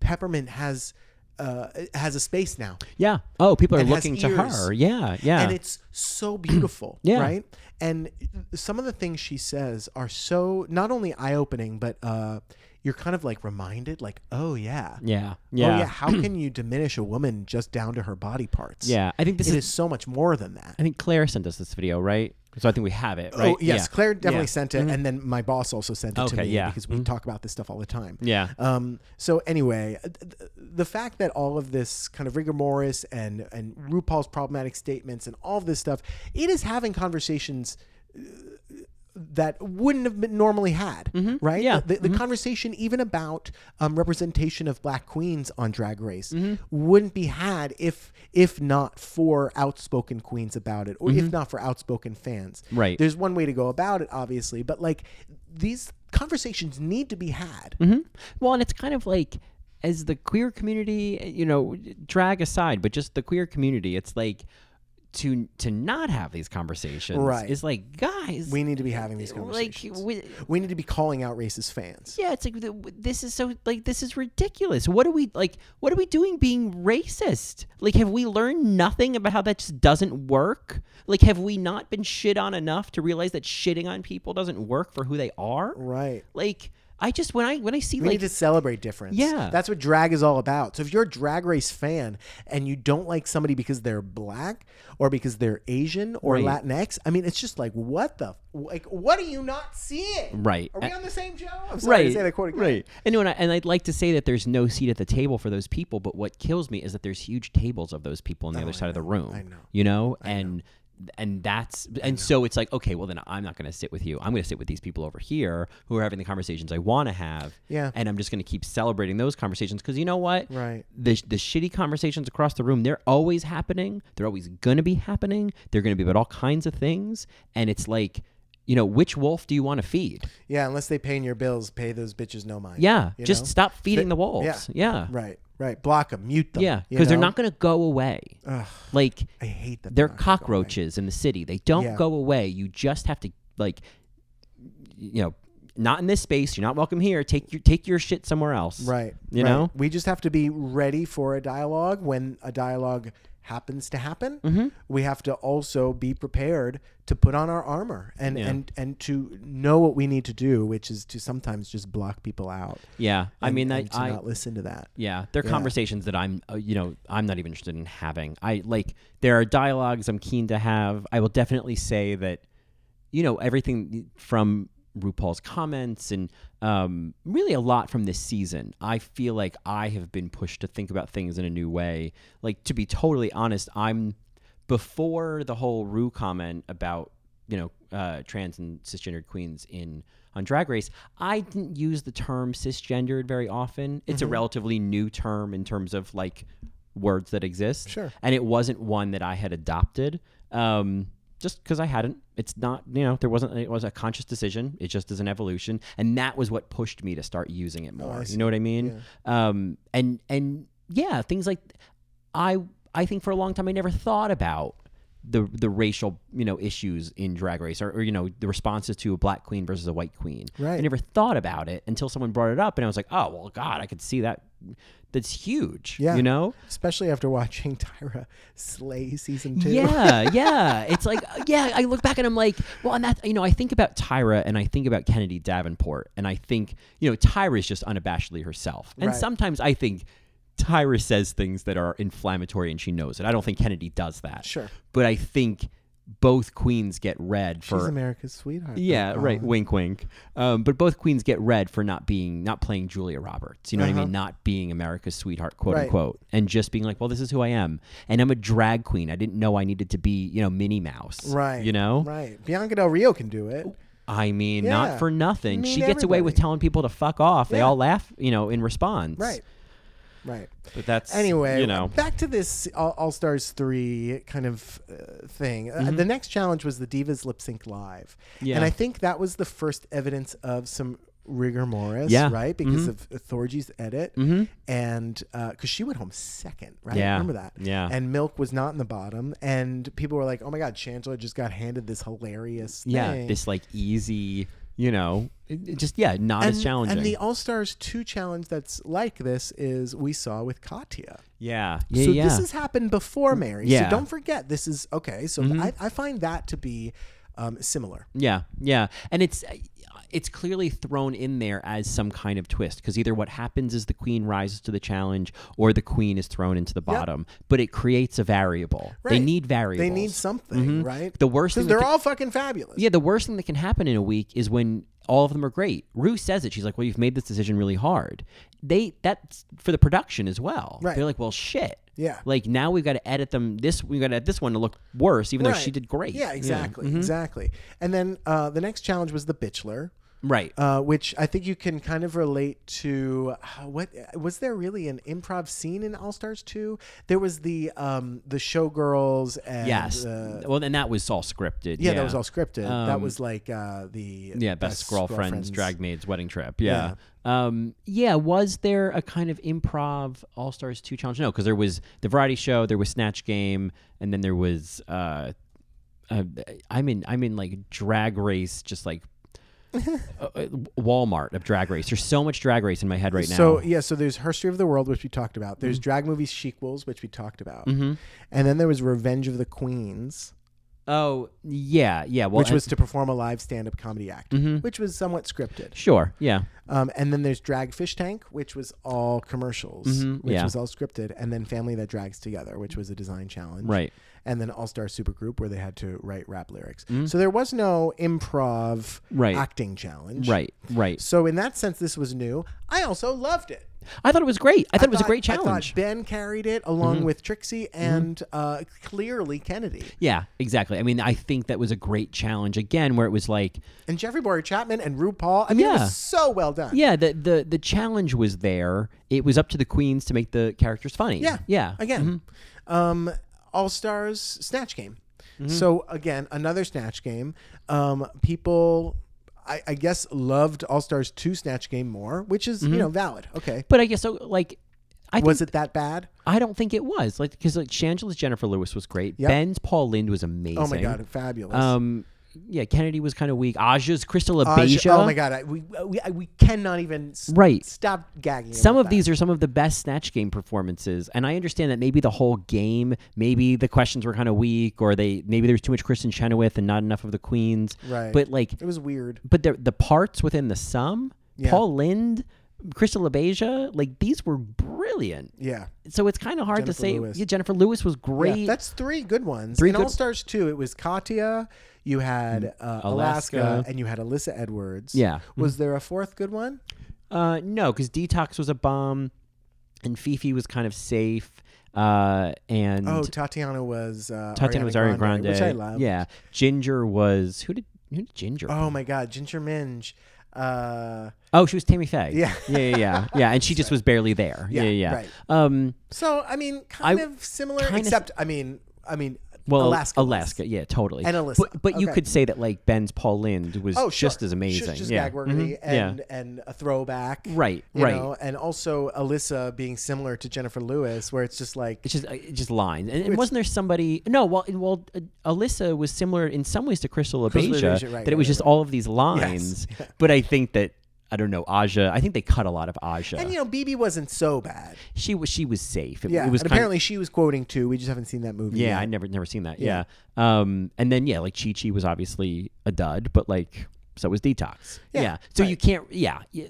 Speaker 2: Peppermint has uh, has a space now,
Speaker 1: Yeah. Oh, people are
Speaker 2: And has
Speaker 1: looking to her. Yeah. Yeah.
Speaker 2: and it's so beautiful,
Speaker 1: Yeah.
Speaker 2: right? And some of the things she says are so not only eye opening, but uh, you're kind of like reminded, like, oh yeah,
Speaker 1: yeah.
Speaker 2: oh
Speaker 1: Yeah.
Speaker 2: yeah. How can you diminish a woman just down to her body parts?
Speaker 1: Yeah. I think
Speaker 2: it
Speaker 1: this
Speaker 2: is,
Speaker 1: is,
Speaker 2: so much more than that.
Speaker 1: I think Claire sent us this video, right? So I think we have it, right?
Speaker 2: Oh yes,
Speaker 1: Yeah. Mm-hmm.
Speaker 2: Claire definitely sent it, and then my boss also sent it to
Speaker 1: Okay,
Speaker 2: me
Speaker 1: yeah. Mm-hmm.
Speaker 2: because we talk about this stuff all the time.
Speaker 1: Yeah.
Speaker 2: Um, so anyway, th- th- the fact that all of this kind of rigor mortis and and RuPaul's problematic statements and all of this stuff, it is having conversations uh, that wouldn't have been normally had, right?
Speaker 1: Mm-hmm. Yeah.
Speaker 2: The, the conversation even about um, representation of black queens on Drag Race
Speaker 1: Mm-hmm.
Speaker 2: wouldn't be had if if not for outspoken queens about it, or if not for outspoken fans.
Speaker 1: Mm-hmm. Right.
Speaker 2: There's one way to go about it, obviously, but like these conversations need to be had.
Speaker 1: Mm-hmm. Well, and it's kind of like as the queer community, you know, drag aside, but just the queer community, it's like to to not have these conversations
Speaker 2: Right.
Speaker 1: is like guys,
Speaker 2: We need to be having these
Speaker 1: like
Speaker 2: conversations.
Speaker 1: we,
Speaker 2: we need to be calling out racist fans.
Speaker 1: yeah, it's like th- this is so like this is ridiculous. What are we like? What are we doing being racist? Like, have we learned nothing about how that just doesn't work? Like, have we not been shit on enough to realize that shitting on people doesn't work for who they are?
Speaker 2: Right.
Speaker 1: Like, I just when I when I see
Speaker 2: We
Speaker 1: like
Speaker 2: need to celebrate difference.
Speaker 1: Yeah.
Speaker 2: That's what drag is all about. So if you're a drag race fan and you don't like somebody because they're black or because they're Asian or
Speaker 1: Right.
Speaker 2: Latinx, I mean, it's just like, what the, like, what are you not seeing?
Speaker 1: Right.
Speaker 2: Are we
Speaker 1: A-
Speaker 2: on the same show? I'm sorry to say that quote again.
Speaker 1: Right. And, when I, and I'd like to say that there's no seat at the table for those people, but what kills me is that there's huge tables of those people on the other side of the room. I
Speaker 2: know.
Speaker 1: You know? and and that's and so it's like, okay, well then I'm not gonna sit with you. I'm gonna sit with these people over here who are having the conversations I wanna have.
Speaker 2: Yeah.
Speaker 1: And I'm just gonna keep celebrating those conversations because you know what?
Speaker 2: Right.
Speaker 1: the, the shitty conversations across the room they're always happening they're always going to be happening they're going to be about all kinds of things and it's like you know which wolf do you want to feed
Speaker 2: Yeah. Unless they paying your bills, pay those bitches no mind.
Speaker 1: yeah
Speaker 2: You
Speaker 1: just
Speaker 2: know?
Speaker 1: stop feeding the wolves yeah yeah
Speaker 2: Right. Right. Block them. Mute them. you
Speaker 1: because they're
Speaker 2: know?
Speaker 1: not going to go away
Speaker 2: Ugh,
Speaker 1: like
Speaker 2: I hate that.
Speaker 1: they're
Speaker 2: not gonna go away.
Speaker 1: cockroaches in the city they don't
Speaker 2: Yeah.
Speaker 1: go away you just have to like you know not in this space you're not welcome here take your take your shit somewhere else
Speaker 2: Right.
Speaker 1: You
Speaker 2: right.
Speaker 1: know?
Speaker 2: we just have to be ready for a dialogue when a dialogue happens to happen.
Speaker 1: Mm-hmm.
Speaker 2: We have to also be prepared to put on our armor and and and to know what we need to do, which is to sometimes just block people out.
Speaker 1: yeah i
Speaker 2: and-
Speaker 1: mean
Speaker 2: and
Speaker 1: that
Speaker 2: to
Speaker 1: i
Speaker 2: not listen to that.
Speaker 1: Yeah, they're conversations that I'm, uh, you know, I'm not even interested in having. I like there are dialogues I'm keen to have. I will definitely say that, you know, everything from RuPaul's comments and um, really a lot from this season. I feel like I have been pushed to think about things in a new way. Like to be totally honest, I'm before the whole Ru comment about you know uh, trans and cisgendered queens in on Drag Race, I didn't use the term cisgendered very often. It's a relatively new term in terms of like words that exist,
Speaker 2: Sure.
Speaker 1: and it wasn't one that I had adopted. Um, just because I hadn't, it's not you know there wasn't it was a conscious decision. It just is an evolution, and that was what pushed me to start using
Speaker 2: Oh,
Speaker 1: it more. you know what I mean? Um, and and yeah, things like I I think for a long time I never thought about the the racial you know issues in Drag Race or, or you know the responses to a black queen versus a white queen.
Speaker 2: Right.
Speaker 1: I never thought about it until someone brought it up, and I was like, oh well, God, I could see that. That's huge.
Speaker 2: Yeah.
Speaker 1: You know.
Speaker 2: Especially after watching Tyra slay season two.
Speaker 1: Yeah, yeah. It's like, uh, yeah, I look back and I'm like, well, and that, you know, I think about Tyra and I think about Kennedy Davenport and I think, you know, Tyra is just unabashedly herself. And
Speaker 2: Right.
Speaker 1: sometimes I think Tyra says things that are inflammatory and she knows it. I don't think Kennedy does that.
Speaker 2: Sure.
Speaker 1: But I think both queens get red
Speaker 2: She's
Speaker 1: for
Speaker 2: America's sweetheart.
Speaker 1: yeah,
Speaker 2: though.
Speaker 1: right.
Speaker 2: Uh,
Speaker 1: Wink, wink. Um, but both queens get red for not being, not playing Julia Roberts. You know what I mean? Not being America's sweetheart, quote
Speaker 2: Uh-huh. Right.
Speaker 1: unquote, and just being like, well, this is who I am, and I'm a drag queen. I didn't know I needed to be, you know, Minnie Mouse.
Speaker 2: Right.
Speaker 1: You know.
Speaker 2: Right. Bianca Del Rio can do it.
Speaker 1: I mean,
Speaker 2: Yeah.
Speaker 1: not for nothing.
Speaker 2: I mean,
Speaker 1: she gets away with
Speaker 2: everybody.
Speaker 1: telling people to fuck off. They
Speaker 2: Yeah.
Speaker 1: all laugh, you know, in response.
Speaker 2: Right. Right.
Speaker 1: But that's
Speaker 2: anyway,
Speaker 1: you know,
Speaker 2: back to this All, All Stars three kind of uh, thing. Uh, the next challenge was the Divas lip sync live,
Speaker 1: Mm-hmm. Yeah.
Speaker 2: and I think that was the first evidence of some rigor mortis,
Speaker 1: Yeah. Mm-hmm.
Speaker 2: right? Because of Thorgy's edit, and because she went home second, right?
Speaker 1: Yeah.
Speaker 2: Remember that?
Speaker 1: Yeah.
Speaker 2: And Milk was not in the bottom, and people were like, "Oh my God, Chandler just got handed this hilarious
Speaker 1: yeah,
Speaker 2: thing."
Speaker 1: this like easy you know, it, it just yeah, not as challenging.
Speaker 2: And the All Stars 2 challenge that's like this is we saw with Katya.
Speaker 1: yeah, yeah,
Speaker 2: so
Speaker 1: yeah. Mm,
Speaker 2: this has happened before Mary.
Speaker 1: Yeah. Mm-hmm.
Speaker 2: So don't forget, this is okay. So I, I find that to be um, similar.
Speaker 1: Yeah, yeah, and it's uh, it's clearly thrown in there as some kind of twist because either what happens is the queen rises to the challenge or the queen is thrown into the bottom, but it creates a variable. They
Speaker 2: Right.
Speaker 1: need variables. Mm-hmm.
Speaker 2: They need something, right?
Speaker 1: The worst
Speaker 2: Because
Speaker 1: thing that
Speaker 2: they're
Speaker 1: ca-
Speaker 2: all fucking fabulous.
Speaker 1: yeah, the worst thing that can happen in a week is when all of them are great. Rue says it. She's like, "Well, you've made this decision really hard." They that's for the production as well.
Speaker 2: Right.
Speaker 1: They're like, "Well, shit."
Speaker 2: Yeah.
Speaker 1: Like now we've got to edit them. This we've got to edit this one to look worse, even though she
Speaker 2: Right.
Speaker 1: did great. Mm-hmm.
Speaker 2: Yeah, exactly, exactly. And then uh, the next challenge was the Bitchler,
Speaker 1: Right.
Speaker 2: uh, which I think you can kind of relate to. uh, What was there really an improv scene in All Stars Two? There was the um, the showgirls and
Speaker 1: yes.
Speaker 2: uh,
Speaker 1: well, and that was all scripted.
Speaker 2: yeah, that was all scripted. that was like uh, the
Speaker 1: Yeah, best, girlfriend's, drag maid's wedding trip. Yeah. Um, yeah, was there a kind of improv All Stars 2 challenge? No, because there was the variety show, there was Snatch Game, and then there was uh, uh, I'm in I'm in like drag race just like uh, uh, Walmart of drag race. There's so much drag race in my head right now.
Speaker 2: So yeah, so there's History of the World, which we talked about. There's
Speaker 1: Mm-hmm.
Speaker 2: drag movie sequels, which we talked about, and then there was Revenge of the Queens,
Speaker 1: oh, yeah, yeah. Well, Mm-hmm.
Speaker 2: which
Speaker 1: and-
Speaker 2: was to perform a live stand-up comedy act, which was somewhat scripted.
Speaker 1: sure. Yeah.
Speaker 2: Um, and then there's Drag Fish Tank, which was all commercials, which
Speaker 1: Mm-hmm. yeah.
Speaker 2: was all scripted, and then Family That Drags Together, which was a design challenge,
Speaker 1: Right.
Speaker 2: And then All Star Supergroup, where they had to write rap lyrics. So there was no improv
Speaker 1: Mm-hmm. Right.
Speaker 2: acting challenge,
Speaker 1: Right. Right.
Speaker 2: So in that sense, this was new. I also loved it.
Speaker 1: I thought it was great. I thought it was
Speaker 2: thought-
Speaker 1: a great
Speaker 2: I thought
Speaker 1: challenge.
Speaker 2: ben carried it along with Trixie and uh, clearly Kennedy
Speaker 1: Yeah, exactly. I mean, I think that was a great challenge again where it was like
Speaker 2: and Jeffrey Boyer Chapman and RuPaul. I mean, it
Speaker 1: Yeah.
Speaker 2: was so well done.
Speaker 1: Yeah, the, the the challenge was there. It was up to the queens to make the characters funny.
Speaker 2: Yeah.
Speaker 1: yeah,
Speaker 2: Again, um, All Stars Snatch Game. So again, another Snatch Game. Um, people. I, I guess loved All Stars 2 Snatch Game more, which is, you know, valid. Okay.
Speaker 1: But I guess so. Like, I think,
Speaker 2: Was it that bad?
Speaker 1: I don't think it was like because like Shangela's Jennifer Lewis was great.
Speaker 2: Yep.
Speaker 1: Ben's Paul Lind was amazing.
Speaker 2: Oh my God, fabulous.
Speaker 1: Um, yeah, Kennedy was kind of weak. Aja's Crystal
Speaker 2: Aj-
Speaker 1: Abeja.
Speaker 2: oh my God, I, we, we, I, we cannot even s-
Speaker 1: Right.
Speaker 2: stop gagging.
Speaker 1: Some
Speaker 2: about
Speaker 1: of
Speaker 2: that.
Speaker 1: these are some of the best snatch game performances, and I understand that maybe the whole game, maybe the questions were kind of weak, or they maybe there was too much Kristen Chenoweth and not enough of the queens.
Speaker 2: Right.
Speaker 1: But like,
Speaker 2: It was weird.
Speaker 1: but the the parts within the sum, Paul Lind, Crystal Abeja, like these were brilliant.
Speaker 2: Yeah.
Speaker 1: So it's kind of hard to
Speaker 2: Jennifer
Speaker 1: say.
Speaker 2: Lewis.
Speaker 1: Yeah, Jennifer Lewis was great.
Speaker 2: Yeah, that's three good ones.
Speaker 1: Three
Speaker 2: in
Speaker 1: good-
Speaker 2: All Stars two, it was Katya, you had uh, Alaska,
Speaker 1: Alaska.
Speaker 2: and you had Alyssa Edwards.
Speaker 1: Yeah. Mm-hmm.
Speaker 2: Was there a fourth good one?
Speaker 1: uh, no, because Detox was a bomb, and Fifi was kind of safe. Uh, and
Speaker 2: Oh, Tatiana was uh, Ariana
Speaker 1: Tatiana was Ariana Grande,
Speaker 2: which I love.
Speaker 1: Yeah, Ginger was who did who did Ginger?
Speaker 2: Oh my God, Ginger Minge. Uh,
Speaker 1: Oh, she was Tammy Faye.
Speaker 2: Yeah.
Speaker 1: yeah, yeah, yeah, yeah. And she just was barely there. Yeah,
Speaker 2: Yeah,
Speaker 1: yeah. yeah.
Speaker 2: right.
Speaker 1: Um,
Speaker 2: so I mean, kind
Speaker 1: I-
Speaker 2: of similar,
Speaker 1: kinda s-
Speaker 2: except I mean, I mean,
Speaker 1: well,
Speaker 2: Alaska,
Speaker 1: Alaska,
Speaker 2: was.
Speaker 1: yeah, totally.
Speaker 2: And Alyssa,
Speaker 1: But, but you
Speaker 2: okay.
Speaker 1: could say that like Ben's Paul Lind was
Speaker 2: Oh, sure.
Speaker 1: just as amazing.
Speaker 2: Just, just
Speaker 1: yeah.
Speaker 2: gag worthy
Speaker 1: Mhm.
Speaker 2: and
Speaker 1: yeah.
Speaker 2: and a throwback,
Speaker 1: Right,
Speaker 2: you
Speaker 1: right.
Speaker 2: know, and also Alyssa being similar to Jennifer Lewis, where it's just like
Speaker 1: It's just uh, it's just lines, and, and wasn't there somebody? No, well, well, uh, Alyssa was similar in some ways to Crystal
Speaker 2: Crystal
Speaker 1: Abeja,
Speaker 2: Abeja, right,
Speaker 1: that it was
Speaker 2: right,
Speaker 1: just all of these lines. But I think that I don't know Aja. I think they cut a lot of Aja.
Speaker 2: And you know, BB wasn't so bad.
Speaker 1: she was she was safe. It,
Speaker 2: Yeah,
Speaker 1: it was
Speaker 2: and
Speaker 1: kind of-
Speaker 2: apparently she was quoting too. We just haven't seen that movie.
Speaker 1: Yeah, I
Speaker 2: yet.
Speaker 1: never never seen that. Yeah. Um and then yeah, like Chi Chi was obviously a dud, but like so was Detox. Yeah. So you can't yeah. y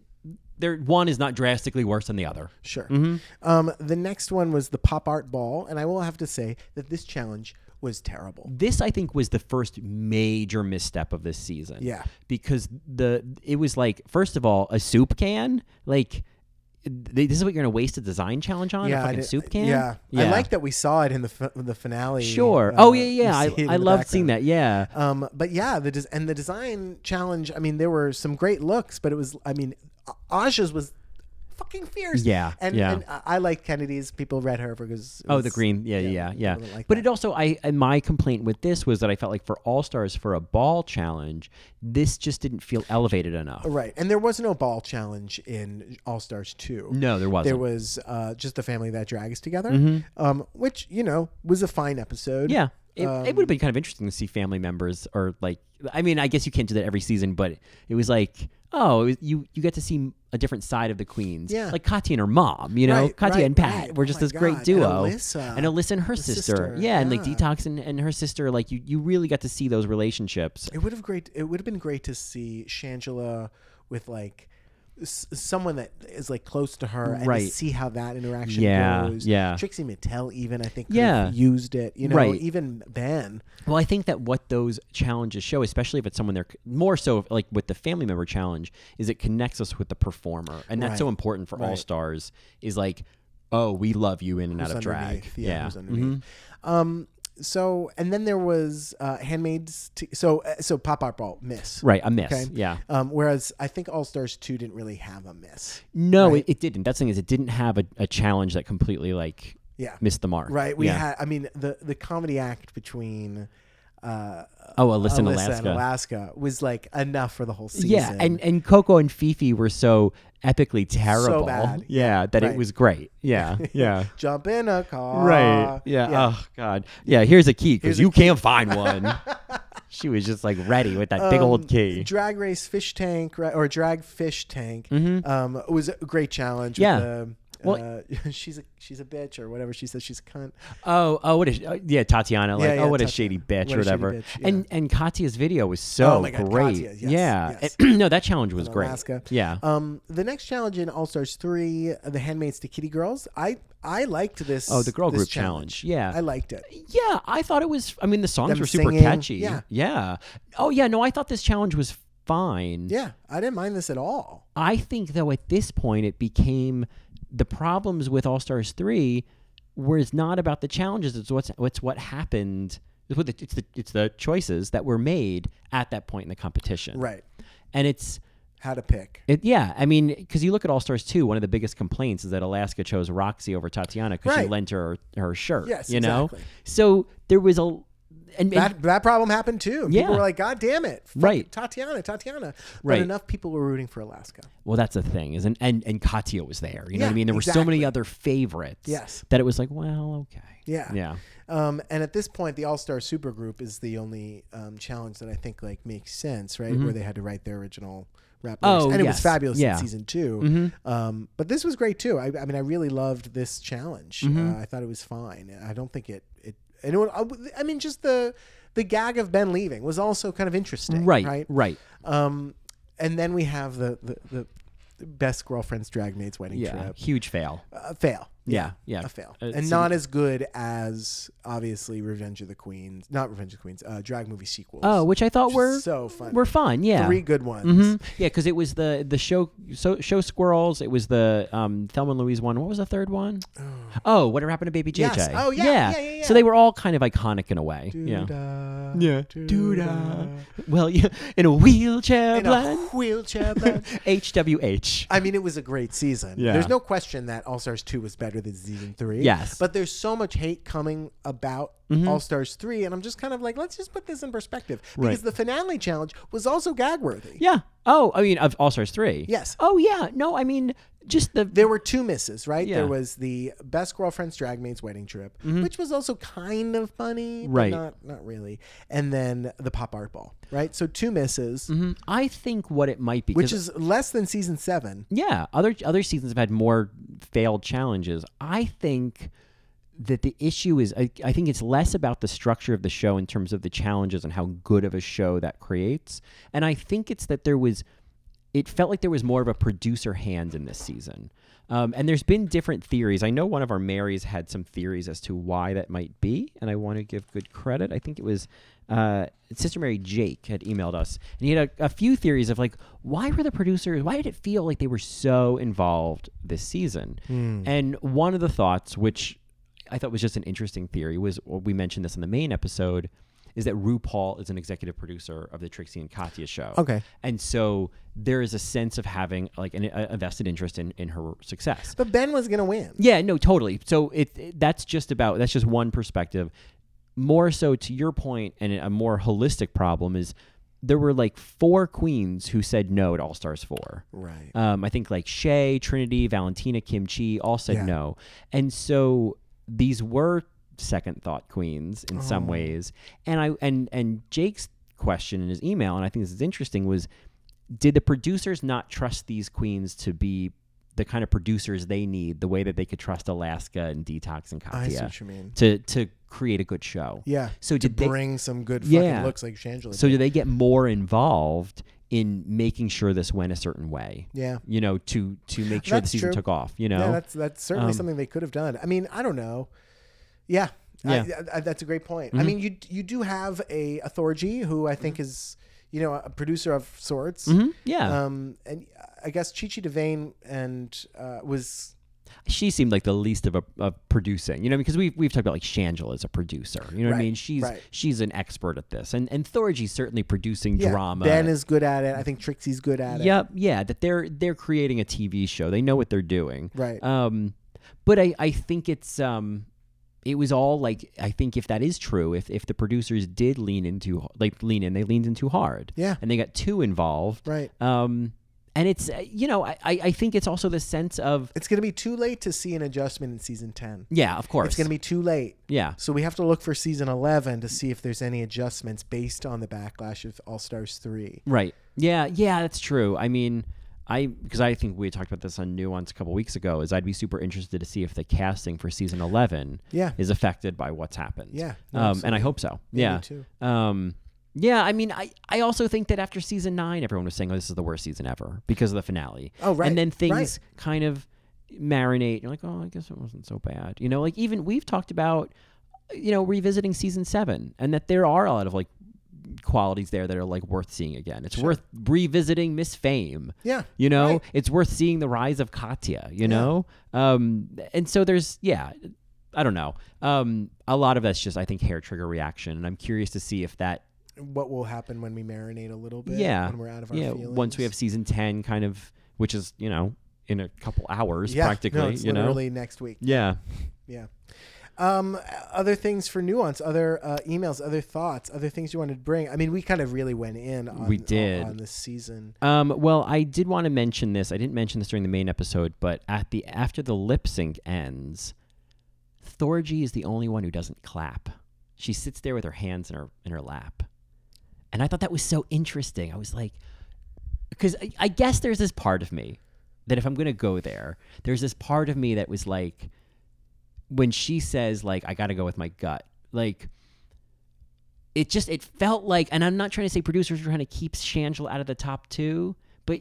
Speaker 1: there one is not drastically worse than the other.
Speaker 2: sure.
Speaker 1: Mm-hmm.
Speaker 2: Um, the next one was the pop art ball, and I will have to say that this challenge was terrible.
Speaker 1: This I think was the first major misstep of this season.
Speaker 2: Yeah.
Speaker 1: Because the it was like first of all, a soup can, like th this is what you're going to waste a design challenge on?
Speaker 2: yeah,
Speaker 1: a
Speaker 2: I
Speaker 1: fucking
Speaker 2: did-
Speaker 1: soup can?
Speaker 2: Yeah. I like that we saw it in the f- the finale.
Speaker 1: Sure.
Speaker 2: uh,
Speaker 1: oh yeah,
Speaker 2: you
Speaker 1: yeah.
Speaker 2: see it in
Speaker 1: I I
Speaker 2: the
Speaker 1: loved seeing
Speaker 2: background.
Speaker 1: that. Yeah.
Speaker 2: Um, but yeah, the des- and the design challenge. I mean, there were some great looks, but it was. I mean, A- Aja's was fucking fierce.
Speaker 1: Yeah,
Speaker 2: and,
Speaker 1: yeah.
Speaker 2: and I, I like Kennedy's. People read her because it
Speaker 1: Oh,
Speaker 2: was-
Speaker 1: the green. Yeah, yeah,
Speaker 2: we
Speaker 1: yeah.
Speaker 2: wouldn't like
Speaker 1: but it also, I and my complaint with this was that I felt like for All Stars for a ball challenge, this just didn't feel elevated enough.
Speaker 2: Right, and there was no ball challenge in All Stars Two.
Speaker 1: No, there wasn't. Mm-hmm.
Speaker 2: there was uh, just the family that drags together, um, which you know was a fine episode.
Speaker 1: Yeah. It, it would have been kind of interesting to see family members or like I mean I guess you can't do that every season, but it was like oh it was- you you get to see a different side of the queens,
Speaker 2: Yeah.
Speaker 1: like Katya and her mom, you know
Speaker 2: Right,
Speaker 1: Katya
Speaker 2: right,
Speaker 1: and Pat
Speaker 2: right.
Speaker 1: were just
Speaker 2: Oh my
Speaker 1: this great
Speaker 2: God.
Speaker 1: duo,
Speaker 2: And Alyssa.
Speaker 1: and Alyssa and her
Speaker 2: The
Speaker 1: sister.
Speaker 2: sister,
Speaker 1: yeah, and like
Speaker 2: yeah.
Speaker 1: Detox and, and her sister, like you you really got to see those relationships.
Speaker 2: It would have great. It would have been great to see Shangela with like s- someone that is like close to her and
Speaker 1: Right.
Speaker 2: to see how that interaction
Speaker 1: Yeah,
Speaker 2: goes.
Speaker 1: yeah.
Speaker 2: Trixie Mattel even I think
Speaker 1: Yeah.
Speaker 2: yeah used it. You know,
Speaker 1: Right.
Speaker 2: even Ben.
Speaker 1: Well, I think that what those challenges show, especially if it's someone they're more so if, like with the family member challenge, is it connects us with the performer, and that's so
Speaker 2: Right.
Speaker 1: important for all
Speaker 2: Right.
Speaker 1: stars. Is like, oh, we love you in and out of
Speaker 2: Who's
Speaker 1: drag.
Speaker 2: underneath.
Speaker 1: Yeah,
Speaker 2: who's
Speaker 1: Mhm.
Speaker 2: underneath. Um. So and then there was uh, Handmaid's. T- so uh, so pop art ball miss.
Speaker 1: right. A miss.
Speaker 2: Okay.
Speaker 1: Yeah.
Speaker 2: Um, whereas I think All Stars two didn't really have a miss.
Speaker 1: No, it, it didn't. That's the thing is, it didn't have a, a challenge that completely like
Speaker 2: Yeah.
Speaker 1: missed the mark.
Speaker 2: Right. We
Speaker 1: yeah.
Speaker 2: had. I mean the the comedy act between. Uh,
Speaker 1: oh, Alyssa in
Speaker 2: Alyssa
Speaker 1: Alaska.
Speaker 2: in Alaska was like enough for the whole season.
Speaker 1: Yeah, and and Coco and Fifi were so epically terrible.
Speaker 2: bad.
Speaker 1: Yeah, that it
Speaker 2: Right.
Speaker 1: was great. Yeah, yeah.
Speaker 2: jump in a car.
Speaker 1: Right. Yeah. Oh God. Yeah. Here's a key because
Speaker 2: Ah, Here's a
Speaker 1: you can't find one. she was just like ready with that big
Speaker 2: Um,
Speaker 1: old key.
Speaker 2: Drag race fish tank right, or drag fish tank um, was a great challenge.
Speaker 1: Mm-hmm. Yeah.
Speaker 2: With the,
Speaker 1: Well-
Speaker 2: uh, she's a she's a bitch or whatever she says she's a cunt.
Speaker 1: Oh. Oh. What a. oh, Yeah. Tatiana. Like.
Speaker 2: Yeah, yeah,
Speaker 1: oh. What a
Speaker 2: Tatiana.
Speaker 1: shady bitch.
Speaker 2: What
Speaker 1: or
Speaker 2: a shady
Speaker 1: whatever.
Speaker 2: bitch,
Speaker 1: And and Katya's video was so
Speaker 2: Oh my God,
Speaker 1: great.
Speaker 2: Katya, yes,
Speaker 1: yeah.
Speaker 2: yes.
Speaker 1: no, that challenge was great.
Speaker 2: Alaska.
Speaker 1: Yeah.
Speaker 2: Um, the next challenge in All Stars three, the Handmaids to Kitty Girls. I I liked this.
Speaker 1: Oh, the girl
Speaker 2: this
Speaker 1: group challenge. Yeah.
Speaker 2: I liked it.
Speaker 1: yeah, I thought it was. I mean, the songs
Speaker 2: Them
Speaker 1: were super
Speaker 2: singing,
Speaker 1: catchy.
Speaker 2: yeah.
Speaker 1: Yeah. Oh yeah. No, I thought this challenge was fine.
Speaker 2: Yeah, I didn't mind this at all.
Speaker 1: I think though at this point it became the problems with All Stars three was not about the challenges. It's what's what's what happened. It's what the, it's the it's the choices that were made at that point in the competition.
Speaker 2: Right.
Speaker 1: And it's
Speaker 2: How to pick.
Speaker 1: it yeah. I mean, because you look at All Stars two, one of the biggest complaints is that Alaska chose Roxy over Tatiana because she
Speaker 2: Right.
Speaker 1: lent her her shirt.
Speaker 2: Yes,
Speaker 1: you know.
Speaker 2: exactly.
Speaker 1: So there was a and, and
Speaker 2: That, that problem happened too.
Speaker 1: Yeah.
Speaker 2: People were like, "God damn it!" Fuck
Speaker 1: Right.
Speaker 2: Tatiana, Tatiana. But
Speaker 1: Right.
Speaker 2: enough people were rooting for Alaska.
Speaker 1: Well, that's the thing, isn't and and Katya was there. You know what I
Speaker 2: Yeah,
Speaker 1: mean? There were so many
Speaker 2: exactly.
Speaker 1: other favorites.
Speaker 2: Yes.
Speaker 1: That it was like, well, okay.
Speaker 2: Yeah.
Speaker 1: Yeah.
Speaker 2: Um, and at this point, the All Star Supergroup is the only um, challenge that I think like makes sense, right? Where they had to write their original rap. lyrics.
Speaker 1: Mm-hmm. Oh,
Speaker 2: and it
Speaker 1: yes.
Speaker 2: was fabulous
Speaker 1: Yeah. Mm-hmm.
Speaker 2: in season 2 Um, but this was great too. I, I mean, I really loved this challenge.
Speaker 1: Mm-hmm.
Speaker 2: Uh, I thought it was fine. I don't think it it. And it, would- I mean, just the the gag of Ben leaving was also kind of interesting,
Speaker 1: Right. Right.
Speaker 2: Right. Um, and then we have the the, the best girlfriend's drag maid's wedding
Speaker 1: Yeah.
Speaker 2: trip.
Speaker 1: Huge fail.
Speaker 2: Uh, fail.
Speaker 1: Yeah. Yeah.
Speaker 2: a fail,
Speaker 1: Uh,
Speaker 2: and
Speaker 1: so-
Speaker 2: not as good as obviously Revenge of the Queens, not Revenge of the Queens, uh, drag movie sequels.
Speaker 1: Oh, which I thought
Speaker 2: Which
Speaker 1: were
Speaker 2: is so funny.
Speaker 1: Were fun. Yeah.
Speaker 2: three good ones.
Speaker 1: Mhm. Yeah, because it was the the show so, show squirrels. It was the um, Thelma and Louise one. What was the third one? Oh, whatever happened to Baby JJ?
Speaker 2: Yes. Oh, yeah, yeah, yeah, yeah. uh,
Speaker 1: So they were all kind of iconic in a way. yeah.
Speaker 2: Doo-dah,
Speaker 1: Yeah. uh,
Speaker 2: doo-dah.
Speaker 1: Well, yeah, in a wheelchair
Speaker 2: uh, In a
Speaker 1: blind.
Speaker 2: wheelchair. blind.
Speaker 1: HWH.
Speaker 2: I mean, it was a great season.
Speaker 1: Yeah.
Speaker 2: There's no question that All Stars 2 was better than season 3.
Speaker 1: Yes. Mm-hmm.
Speaker 2: But there's so much hate coming about All Stars 3, and I'm just kind of like, let's just put this in perspective.
Speaker 1: Right.
Speaker 2: Because the finale challenge was also gag worthy.
Speaker 1: Yeah. Oh, I mean, of All Stars 3.
Speaker 2: Yes.
Speaker 1: Oh, yeah. No, I mean, just the.
Speaker 2: there were two misses, right?
Speaker 1: Yeah. Mm-hmm.
Speaker 2: There was the best girlfriend's drag maid's wedding trip, which was also kind of funny, but
Speaker 1: Right.
Speaker 2: Not not really. And then the pop art ball, right? So two misses,
Speaker 1: Mhm. I think what it might be. 'cause
Speaker 2: which is less than season seven.
Speaker 1: Yeah, other other seasons have had more failed challenges. I think that the issue is I, I think it's less about the structure of the show in terms of the challenges and how good of a show that creates. And I think it's that there was it felt like there was more of a producer hand in this season. Um, and there's been different theories. I know one of our Marys had some theories as to why that might be, and I want to give good credit. I think it was uh, Sister Mary Jake had emailed us, and he had a, a few theories of like, why were the producers, why did it feel like they were so involved this season? And one of the thoughts, which I thought was just an interesting theory was well, we mentioned this in the main episode is that RuPaul is an executive producer of the Trixie and Katya show.
Speaker 2: Okay.
Speaker 1: And so there is a sense of having like an, a a vested interest in, in her success.
Speaker 2: But Ben was gonna win.
Speaker 1: Yeah, no, totally. So it, it- that's just about that's just one perspective. More so to your point, and a more holistic problem is there were like four queens who said no to All Stars four.
Speaker 2: Right.
Speaker 1: Um, I think like Shay, Trinity, Valentina, Kim Chi all said
Speaker 2: Yeah.
Speaker 1: no. And so these were second thought queens in some
Speaker 2: Oh.
Speaker 1: ways. And I and and Jake's question in his email, and I think this is interesting, was did the producers not trust these queens to be the kind of producers they need, the way that they could trust Alaska and Detox and
Speaker 2: I see
Speaker 1: Katya
Speaker 2: what you mean.
Speaker 1: to to create a good show?
Speaker 2: Yeah.
Speaker 1: So
Speaker 2: to
Speaker 1: did they
Speaker 2: bring some good
Speaker 1: Yeah.
Speaker 2: fucking looks like Shangela.
Speaker 1: so do they get more involved in making sure this went a certain way?
Speaker 2: yeah.
Speaker 1: You know, to to make sure the
Speaker 2: That's
Speaker 1: season
Speaker 2: true.
Speaker 1: took off. You know,
Speaker 2: Yeah, that's that's certainly
Speaker 1: Um,
Speaker 2: something they could have done. I mean, I don't know. Yeah,
Speaker 1: Yeah. Mm-hmm.
Speaker 2: I, I, that's a great point. I mean, you you do have a authority who I think is you know a producer of sorts.
Speaker 1: Mhm, yeah.
Speaker 2: Um, and I guess Chichi Devane and uh, was
Speaker 1: she seemed like the least of a of producing. You know, because we've we've talked about like Shangela as a producer. You know what I
Speaker 2: Right,
Speaker 1: mean? She's
Speaker 2: right.
Speaker 1: she's an expert at this, and and Thorgy's certainly producing
Speaker 2: yeah,
Speaker 1: drama.
Speaker 2: Ben is good at it. I think Trixie's good at it.
Speaker 1: Yep, yeah, that they're they're creating a TV show. They know what they're doing.
Speaker 2: Right.
Speaker 1: Um, but I I think it's um. It was all like I think if that is true, if if the producers did lean into like lean in, they leaned in too hard,
Speaker 2: Yeah.
Speaker 1: and they got too involved.
Speaker 2: Right.
Speaker 1: Um, and it's uh, you know I I I think it's also the sense of
Speaker 2: It's going to be too late to see an adjustment in season ten.
Speaker 1: yeah, of course,
Speaker 2: It's going to be too late.
Speaker 1: yeah,
Speaker 2: So we have to look for season eleven to see if there's any adjustments based on the backlash of All Stars three.
Speaker 1: Right. Yeah. Yeah. That's true. I mean, I because I think we talked about this on Nuance a couple weeks ago. Is I'd be super interested to see if the casting for season eleven
Speaker 2: Yeah.
Speaker 1: is affected by what's happened.
Speaker 2: Yeah, no,
Speaker 1: Um, and I hope so. Yeah.
Speaker 2: Me too.
Speaker 1: Um. Yeah. I mean, I I also think that after season nine, everyone was saying, "Oh, this is the worst season ever" because of the finale.
Speaker 2: Oh, right,
Speaker 1: And then things
Speaker 2: right.
Speaker 1: kind of marinate. You're like, "Oh, I guess it wasn't so bad." You know, like even we've talked about, you know, revisiting season seven, and that there are a lot of like qualities there that are like worth seeing again. It's worth revisiting Miss Fame.
Speaker 2: Yeah,
Speaker 1: You know,
Speaker 2: right.
Speaker 1: it's worth seeing the rise of Katya, you know? Um and so there's yeah, I don't know. Um a lot of that's just I think hair trigger reaction and I'm curious to see if that
Speaker 2: what will happen when we marinate a little bit
Speaker 1: yeah,
Speaker 2: when we're out of our
Speaker 1: yeah,
Speaker 2: feelings.
Speaker 1: once we have season 10 kind of which is, you know, in a couple hours
Speaker 2: yeah,
Speaker 1: practically,
Speaker 2: no, it's
Speaker 1: you know.
Speaker 2: literally next week.
Speaker 1: Yeah.
Speaker 2: Yeah. Um, other things for nuance, other uh, emails, other thoughts, other things you wanted to bring. I mean, we kind of really went in. On,
Speaker 1: We did.
Speaker 2: on, this season.
Speaker 1: Um, well, I did want to mention this. I didn't mention this during the main episode, but at the after the lip sync ends, Thorgy is the only one who doesn't clap. She sits there with her hands in her in her lap, and I thought that was so interesting. I was like, because I, I guess there's this part of me that if I'm gonna go there, there's this part of me that was like, when she says like I gotta go with my gut, like it just it felt like and i'm not trying to say producers were trying to keep shangela out of the top two but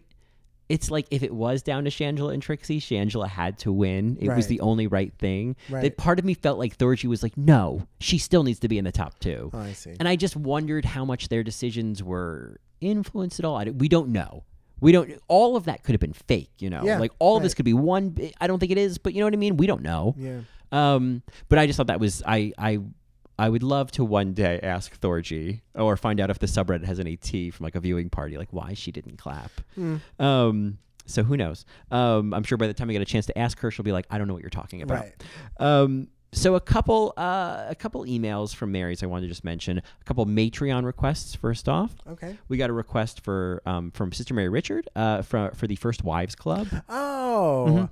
Speaker 1: it's like if it was down to shangela and trixie shangela had to win it was
Speaker 2: Right.
Speaker 1: the only right thing
Speaker 2: Right.
Speaker 1: that part of me felt like thorgy was like no she still needs to be in the top two
Speaker 2: Oh, I see.
Speaker 1: and i just wondered how much their decisions were influenced at all I, don't- we don't know we don't all of that could have been fake you know
Speaker 2: Yeah,
Speaker 1: like all of this
Speaker 2: right.
Speaker 1: could be one bi- i don't think it is but you know what i mean we don't know
Speaker 2: yeah.
Speaker 1: um, but I just thought that was I I I would love to one day ask Thorgy or find out if the subreddit has any tea from like a viewing party, like why she didn't clap.
Speaker 2: Hmm.
Speaker 1: Um, so who knows? Um, I'm sure by the time I get a chance to ask her, she'll be like, I don't know what you're talking about.
Speaker 2: Right.
Speaker 1: Um, so a couple uh, a couple emails from Mary's I wanted to just mention a couple Matreon requests first off.
Speaker 2: Okay.
Speaker 1: We got a request for um, from Sister Mary Richard uh, for, for the First Wives Club.
Speaker 2: Oh,
Speaker 1: Mm-hmm.
Speaker 2: Um,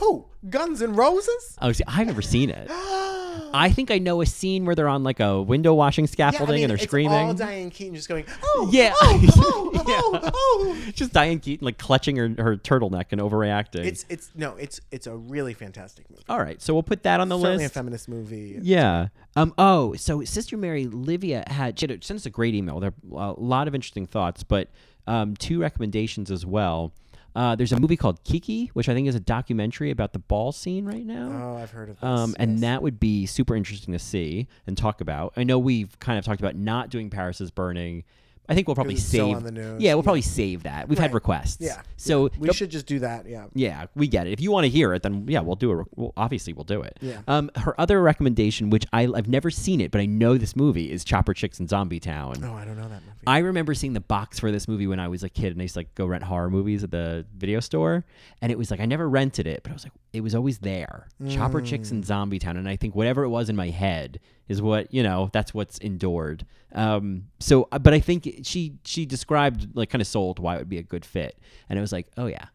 Speaker 2: who? Guns and Roses?
Speaker 1: Oh, see, I've never seen it. I think I know a scene where they're on like a window washing scaffolding and they're
Speaker 2: it's
Speaker 1: screaming.
Speaker 2: All Diane Keaton just going, oh,
Speaker 1: Yeah.
Speaker 2: oh, oh, oh,
Speaker 1: Yeah.
Speaker 2: oh.
Speaker 1: Just Diane Keaton like clutching her, her turtleneck and overreacting.
Speaker 2: It's it's no, it's it's a really fantastic movie.
Speaker 1: all right, so we'll put that on the
Speaker 2: Certainly a
Speaker 1: list.
Speaker 2: feminist movie.
Speaker 1: yeah. Um. Oh, so Sister Mary Livia had she had sent us a great email. There are a lot of interesting thoughts, but um, two recommendations as well. Uh, there's a movie called Kiki, which I think is a documentary about the ball scene right now.
Speaker 2: Oh, I've heard of this.
Speaker 1: Um, and
Speaker 2: yes.
Speaker 1: that would be super interesting to see and talk about. I know we've kind of talked about not doing Paris is Burning. I think we'll probably
Speaker 2: it's
Speaker 1: save.
Speaker 2: so on the news.
Speaker 1: Yeah, we'll
Speaker 2: Yeah.
Speaker 1: probably save that. We've had
Speaker 2: Right.
Speaker 1: requests.
Speaker 2: Yeah.
Speaker 1: So
Speaker 2: we
Speaker 1: no-
Speaker 2: should just do that. Yeah.
Speaker 1: yeah, we get it. If you want to hear it, then yeah, we'll do it. Well, obviously, we'll do it.
Speaker 2: Yeah.
Speaker 1: Um, her other recommendation, which I, I've never seen it, but I know this movie is Chopper Chicks and Zombie Town.
Speaker 2: No, Oh, I don't know that movie.
Speaker 1: I remember seeing the box for this movie when I was a kid, and I used to like go rent horror movies at the video store. And it was like I never rented it, but I was like, it was always there. Chopper Chicks and Zombie Town, and I think whatever it was in my head is what you know. That's what's endured. Um. So, uh, but I think it- she she described like kind of sold why it would be a good fit, and I was like, oh yeah,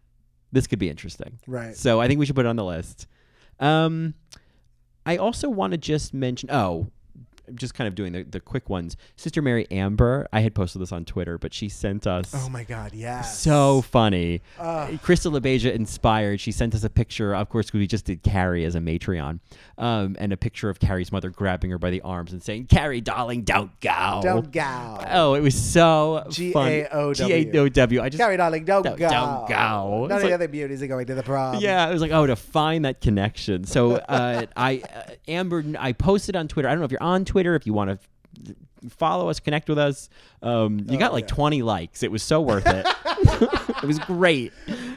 Speaker 1: this could be interesting.
Speaker 2: right.
Speaker 1: So I think we should put it on the list. Um. I also want to just mention. Oh, I'm just kind of doing the, the quick ones. Sister Mary Amber. I had posted this on Twitter, but she sent us.
Speaker 2: Oh my God, yes.
Speaker 1: So funny.
Speaker 2: Ugh.
Speaker 1: Crystal LeBeja inspired. She sent us a picture, of course, 'cause we just did Carrie as a Matreon, um, and a picture of Carrie's mother grabbing her by the arms and saying, Carrie, darling, don't go.
Speaker 2: Don't go.
Speaker 1: Oh, it was so funny.
Speaker 2: G-A-O-W.
Speaker 1: G-A-O-W. I just,
Speaker 2: Carry darling, don't
Speaker 1: Don't-
Speaker 2: go.
Speaker 1: don't go.
Speaker 2: None of
Speaker 1: It's like-
Speaker 2: the other beauties are going to the prom.
Speaker 1: yeah, it was like, oh, to find that connection. So uh, I, uh, Amber, I posted on Twitter. I don't know if you're on Twitter, if you want to follow us, connect with us. Um, you got like
Speaker 2: yeah.
Speaker 1: 20 likes. It was so worth it. it was great.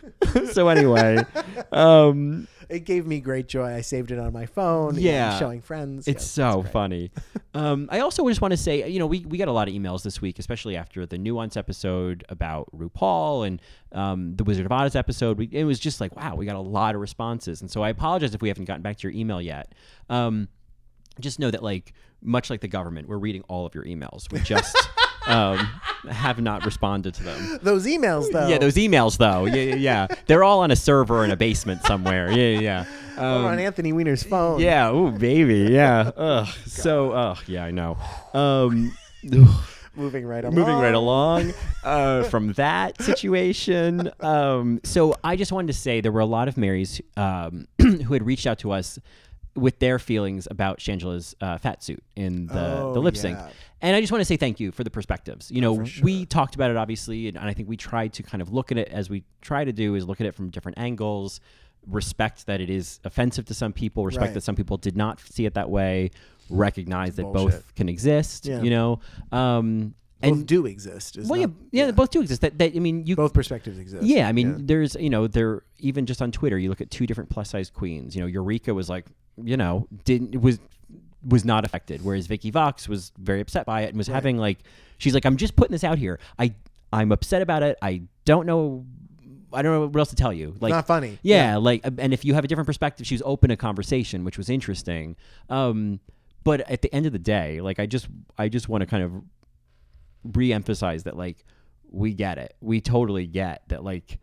Speaker 1: so anyway, um,
Speaker 2: It gave me great joy. I saved it on my phone.
Speaker 1: Yeah.
Speaker 2: Showing friends.
Speaker 1: it's so funny. Um, I also just want to say, you know, we, we got a lot of emails this week, especially after the Nuance episode about RuPaul and um, the Wizard of Oz episode. We, it was just like, wow, we got a lot of responses. And so I apologize if we haven't gotten back to your email yet. Um, just know that, like, much like the government, we're reading all of your emails. We just um, have not responded to them.
Speaker 2: Yeah. Those emails, though.
Speaker 1: Yeah, those emails though. Yeah, yeah, yeah. They're all on a server in a basement somewhere. Yeah, yeah. yeah.
Speaker 2: were
Speaker 1: Um,
Speaker 2: on Anthony Weiner's phone.
Speaker 1: yeah. Ooh, baby. Yeah. Ugh. So. Ugh. Yeah, I know. Um,
Speaker 2: Moving right along.
Speaker 1: moving right along uh, from that situation. Um, so I just wanted to say there were a lot of Marys um, who had reached out to us with their feelings about Shangela's uh, fat suit in the,
Speaker 2: Oh,
Speaker 1: the lip sync.
Speaker 2: yeah.
Speaker 1: And I just want to say thank you for the perspectives. You know, we talked about it obviously, and, and I think we tried to kind of look at it as we try to do is look at it from different angles, respect that it is offensive to some people, respect
Speaker 2: Right.
Speaker 1: that some people did not see it that way, recognize that both
Speaker 2: Bullshit.
Speaker 1: can exist,
Speaker 2: Yeah.
Speaker 1: you know. Um,
Speaker 2: Both
Speaker 1: and
Speaker 2: do exist. is
Speaker 1: well, yeah,
Speaker 2: not-
Speaker 1: yeah, they both do exist. That, that I mean, you.
Speaker 2: Both perspectives exist.
Speaker 1: yeah, I mean, there's you know, there even just on Twitter, you look at two different plus size queens. You know, Eureka was like, you know, didn't was was not affected, whereas Vicky Vox was very upset by it and was having like, she's like, I'm just putting this out here. I I'm upset about it. I don't know. I don't know what else to tell you. Like,
Speaker 2: Not funny.
Speaker 1: yeah, like, uh, and if you have a different perspective, she was open to conversation, which was interesting. Um, but at the end of the day, like, I just, I just want to kind of re-emphasize that, like, we get it. We totally get that, like,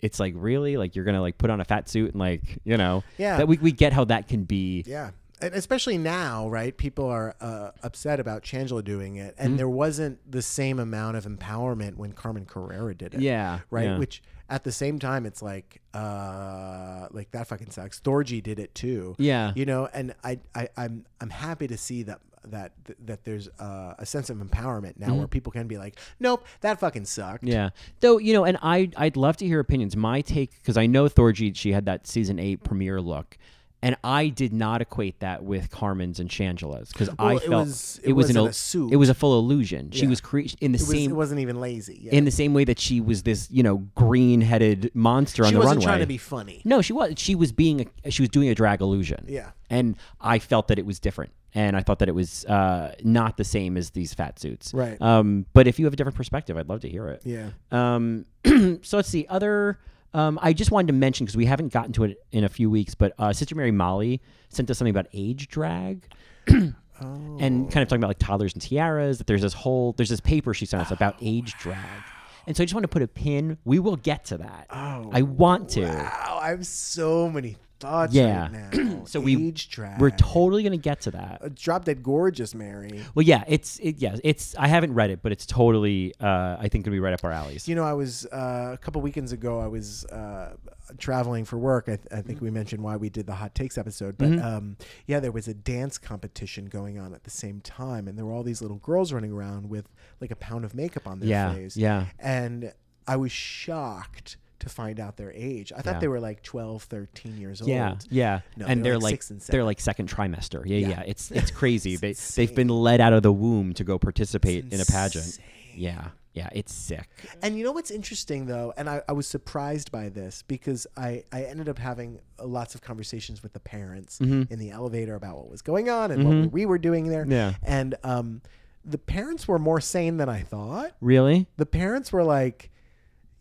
Speaker 1: it's like really like you're gonna like put on a fat suit and like you know
Speaker 2: Yeah.
Speaker 1: that we we get how that can be
Speaker 2: Yeah. And especially now, right? People are uh, upset about Changela doing it.
Speaker 1: Mm-hmm.
Speaker 2: And there wasn't the same amount of empowerment when Carmen Carrera did it.
Speaker 1: yeah
Speaker 2: Right.
Speaker 1: yeah.
Speaker 2: Which at the same time, it's like, uh, like that fucking sucks. Thorgy did it too.
Speaker 1: yeah
Speaker 2: You know, and I, I, I'm, I'm happy to see that that that there's uh, a sense of empowerment now where people can be like, nope, that fucking sucked.
Speaker 1: Mm-hmm. Yeah. Though, you know, and I I'd love to hear opinions. My take because I know Thorjeet, she had that season 8 premiere look. And I did not equate that with Carmen's and Shangela's because I
Speaker 2: Well, it
Speaker 1: felt
Speaker 2: was- it wasn't
Speaker 1: an
Speaker 2: a suit.
Speaker 1: it was a full illusion. She
Speaker 2: Yeah.
Speaker 1: was cre- in the
Speaker 2: It, was,
Speaker 1: same
Speaker 2: it wasn't even lazy. Yeah.
Speaker 1: in the same way that she was this you know green headed monster on
Speaker 2: she
Speaker 1: the
Speaker 2: wasn't
Speaker 1: runway.
Speaker 2: trying to be funny.
Speaker 1: no, she was she was being a, she was doing a drag illusion.
Speaker 2: Yeah.
Speaker 1: and I felt that it was different, and I thought that it was uh, not the same as these fat suits.
Speaker 2: Right.
Speaker 1: Um, but if you have a different perspective, I'd love to hear it.
Speaker 2: Yeah.
Speaker 1: Um, so let's see. Other, um, I just wanted to mention because we haven't gotten to it in a few weeks, but uh, Sister Mary Molly sent us something about age drag.
Speaker 2: Oh.
Speaker 1: And kind of talking about like toddlers and tiaras, that there's this whole there's this paper she sent us about
Speaker 2: Oh,
Speaker 1: age drag, and so I just want to put a pin. We will get to that.
Speaker 2: Oh,
Speaker 1: I want to.
Speaker 2: Wow, I have so many thoughts
Speaker 1: Yeah.
Speaker 2: right now.
Speaker 1: So we-
Speaker 2: Age drag.
Speaker 1: We're totally gonna get to that.
Speaker 2: Uh, Drop Dead Gorgeous, Mary.
Speaker 1: Well, yeah, it's it, yeah, it's I haven't read it, but it's totally uh, I think gonna be right up our alleys.
Speaker 2: You know, I was uh, a couple weekends ago. I was uh, traveling for work. I, th- I think we mentioned why we did the hot takes episode, but
Speaker 1: Mm-hmm.
Speaker 2: um, yeah, there was a dance competition going on at the same time, and there were all these little girls running around with like a pound of makeup on their
Speaker 1: Yeah,
Speaker 2: face.
Speaker 1: yeah.
Speaker 2: and I was shocked to find out their age. I thought
Speaker 1: Yeah.
Speaker 2: they were like 12, 13 years
Speaker 1: Yeah,
Speaker 2: old.
Speaker 1: yeah.
Speaker 2: No,
Speaker 1: and
Speaker 2: they're
Speaker 1: they're
Speaker 2: like
Speaker 1: like,
Speaker 2: sixth and
Speaker 1: they're like second trimester. Yeah, yeah.
Speaker 2: Yeah.
Speaker 1: It's it's crazy. they they've been led out of the womb to go participate in a pageant. Yeah. Yeah, it's sick.
Speaker 2: And you know what's interesting though, and I, I was surprised by this because I, I ended up having uh, lots of conversations with the parents
Speaker 1: Mm-hmm.
Speaker 2: in the elevator about what was going on and what we were doing there.
Speaker 1: Yeah.
Speaker 2: And um, the parents were more sane than I thought.
Speaker 1: Really?
Speaker 2: The parents were like,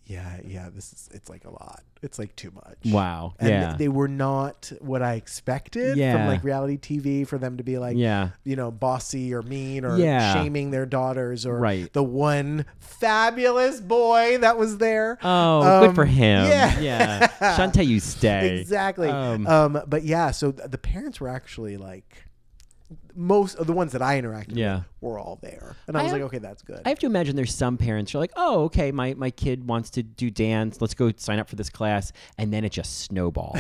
Speaker 2: yeah, yeah, this is it's like a lot. It's like too much.
Speaker 1: Wow.
Speaker 2: And
Speaker 1: yeah.
Speaker 2: they were not what I expected
Speaker 1: Yeah.
Speaker 2: from like reality TV for them to be like,
Speaker 1: yeah.
Speaker 2: you know, bossy or mean or
Speaker 1: Yeah.
Speaker 2: shaming their daughters or
Speaker 1: Right.
Speaker 2: the one fabulous boy that was there.
Speaker 1: Oh,
Speaker 2: Um,
Speaker 1: good for him.
Speaker 2: yeah.
Speaker 1: Yeah. Shantae, you stay.
Speaker 2: Exactly. Um,
Speaker 1: Um,
Speaker 2: but yeah, so th- the parents were actually like most of the ones that I interacted
Speaker 1: Yeah.
Speaker 2: with were all there. And I was
Speaker 1: I-
Speaker 2: like, okay, that's good.
Speaker 1: I have to imagine there's some parents who are like, oh, okay, my, my kid wants to do dance. Let's go sign up for this class. And then it just snowballs.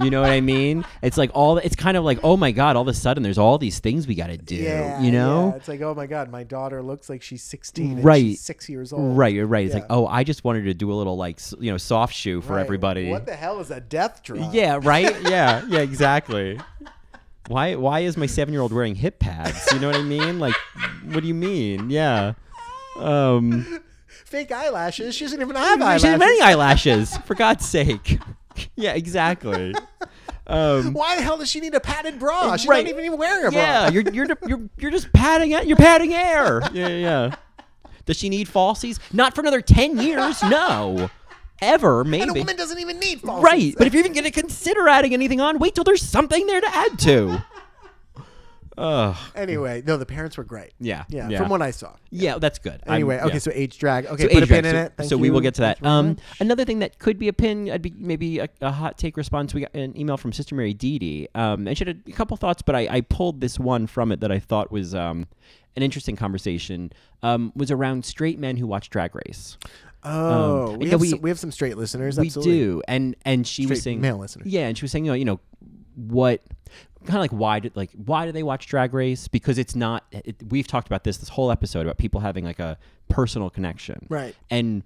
Speaker 1: you know what I mean? It's like all, it's kind of like, oh my God, all of a sudden there's all these things we got to do,
Speaker 2: yeah,
Speaker 1: you know?
Speaker 2: yeah. it's like, oh my god, my daughter looks like she's sixteen, and
Speaker 1: Right.
Speaker 2: she's six years old,
Speaker 1: Right, you're right. It's like,
Speaker 2: Yeah.
Speaker 1: oh, I just wanted to do a little like, s- you know, soft shoe for
Speaker 2: Right.
Speaker 1: everybody.
Speaker 2: What the hell is a death drop?
Speaker 1: yeah, right? yeah, yeah, exactly. Why why is my 7-year-old wearing hip pads? You know what I mean? Like what do you mean? Yeah. Um
Speaker 2: fake eyelashes. She doesn't even have
Speaker 1: I
Speaker 2: eyelashes.
Speaker 1: should have many eyelashes, for God's sake. yeah, exactly. Um,
Speaker 2: Why the hell does she need a padded bra? She's
Speaker 1: Right.
Speaker 2: not even, even wearing a bra.
Speaker 1: yeah, you're you're you're you're just padding out. You're padding air. Yeah, yeah, yeah. Does she need falsies? Not for another ten years. No, ever maybe.
Speaker 2: And a woman doesn't even need falsies.
Speaker 1: Right, but if you're even going to consider adding anything on, wait till there's something there to add to. Ugh.
Speaker 2: Anyway, no, the parents were great.
Speaker 1: Yeah,
Speaker 2: Yeah.
Speaker 1: yeah.
Speaker 2: From what I saw.
Speaker 1: Yeah, that's good. I'm-
Speaker 2: Anyway, okay,
Speaker 1: yeah.
Speaker 2: so age drag. Okay,
Speaker 1: So
Speaker 2: put a
Speaker 1: age
Speaker 2: pin
Speaker 1: drag,
Speaker 2: in
Speaker 1: so-
Speaker 2: it. Thank
Speaker 1: so we will
Speaker 2: you.
Speaker 1: get to that.
Speaker 2: Thanks very
Speaker 1: Um,
Speaker 2: much.
Speaker 1: another thing that could be a pin, I'd be maybe a, a hot take response. We got an email from Sister Mary Deedy, um, and she had a couple thoughts, but I, I pulled this one from it that I thought was um, an interesting conversation. Um, was around straight men who watch Drag Race.
Speaker 2: oh,
Speaker 1: um,
Speaker 2: we,
Speaker 1: yeah,
Speaker 2: have
Speaker 1: we-
Speaker 2: some, we have some straight listeners.
Speaker 1: we
Speaker 2: absolutely.
Speaker 1: do, and and she was
Speaker 2: Straight
Speaker 1: saying
Speaker 2: male listeners.
Speaker 1: Yeah, and she was saying, you know, you know what kind of like why did like why do they watch drag race because it's not it, we've talked about this this whole episode about people having like a personal connection
Speaker 2: Right.
Speaker 1: and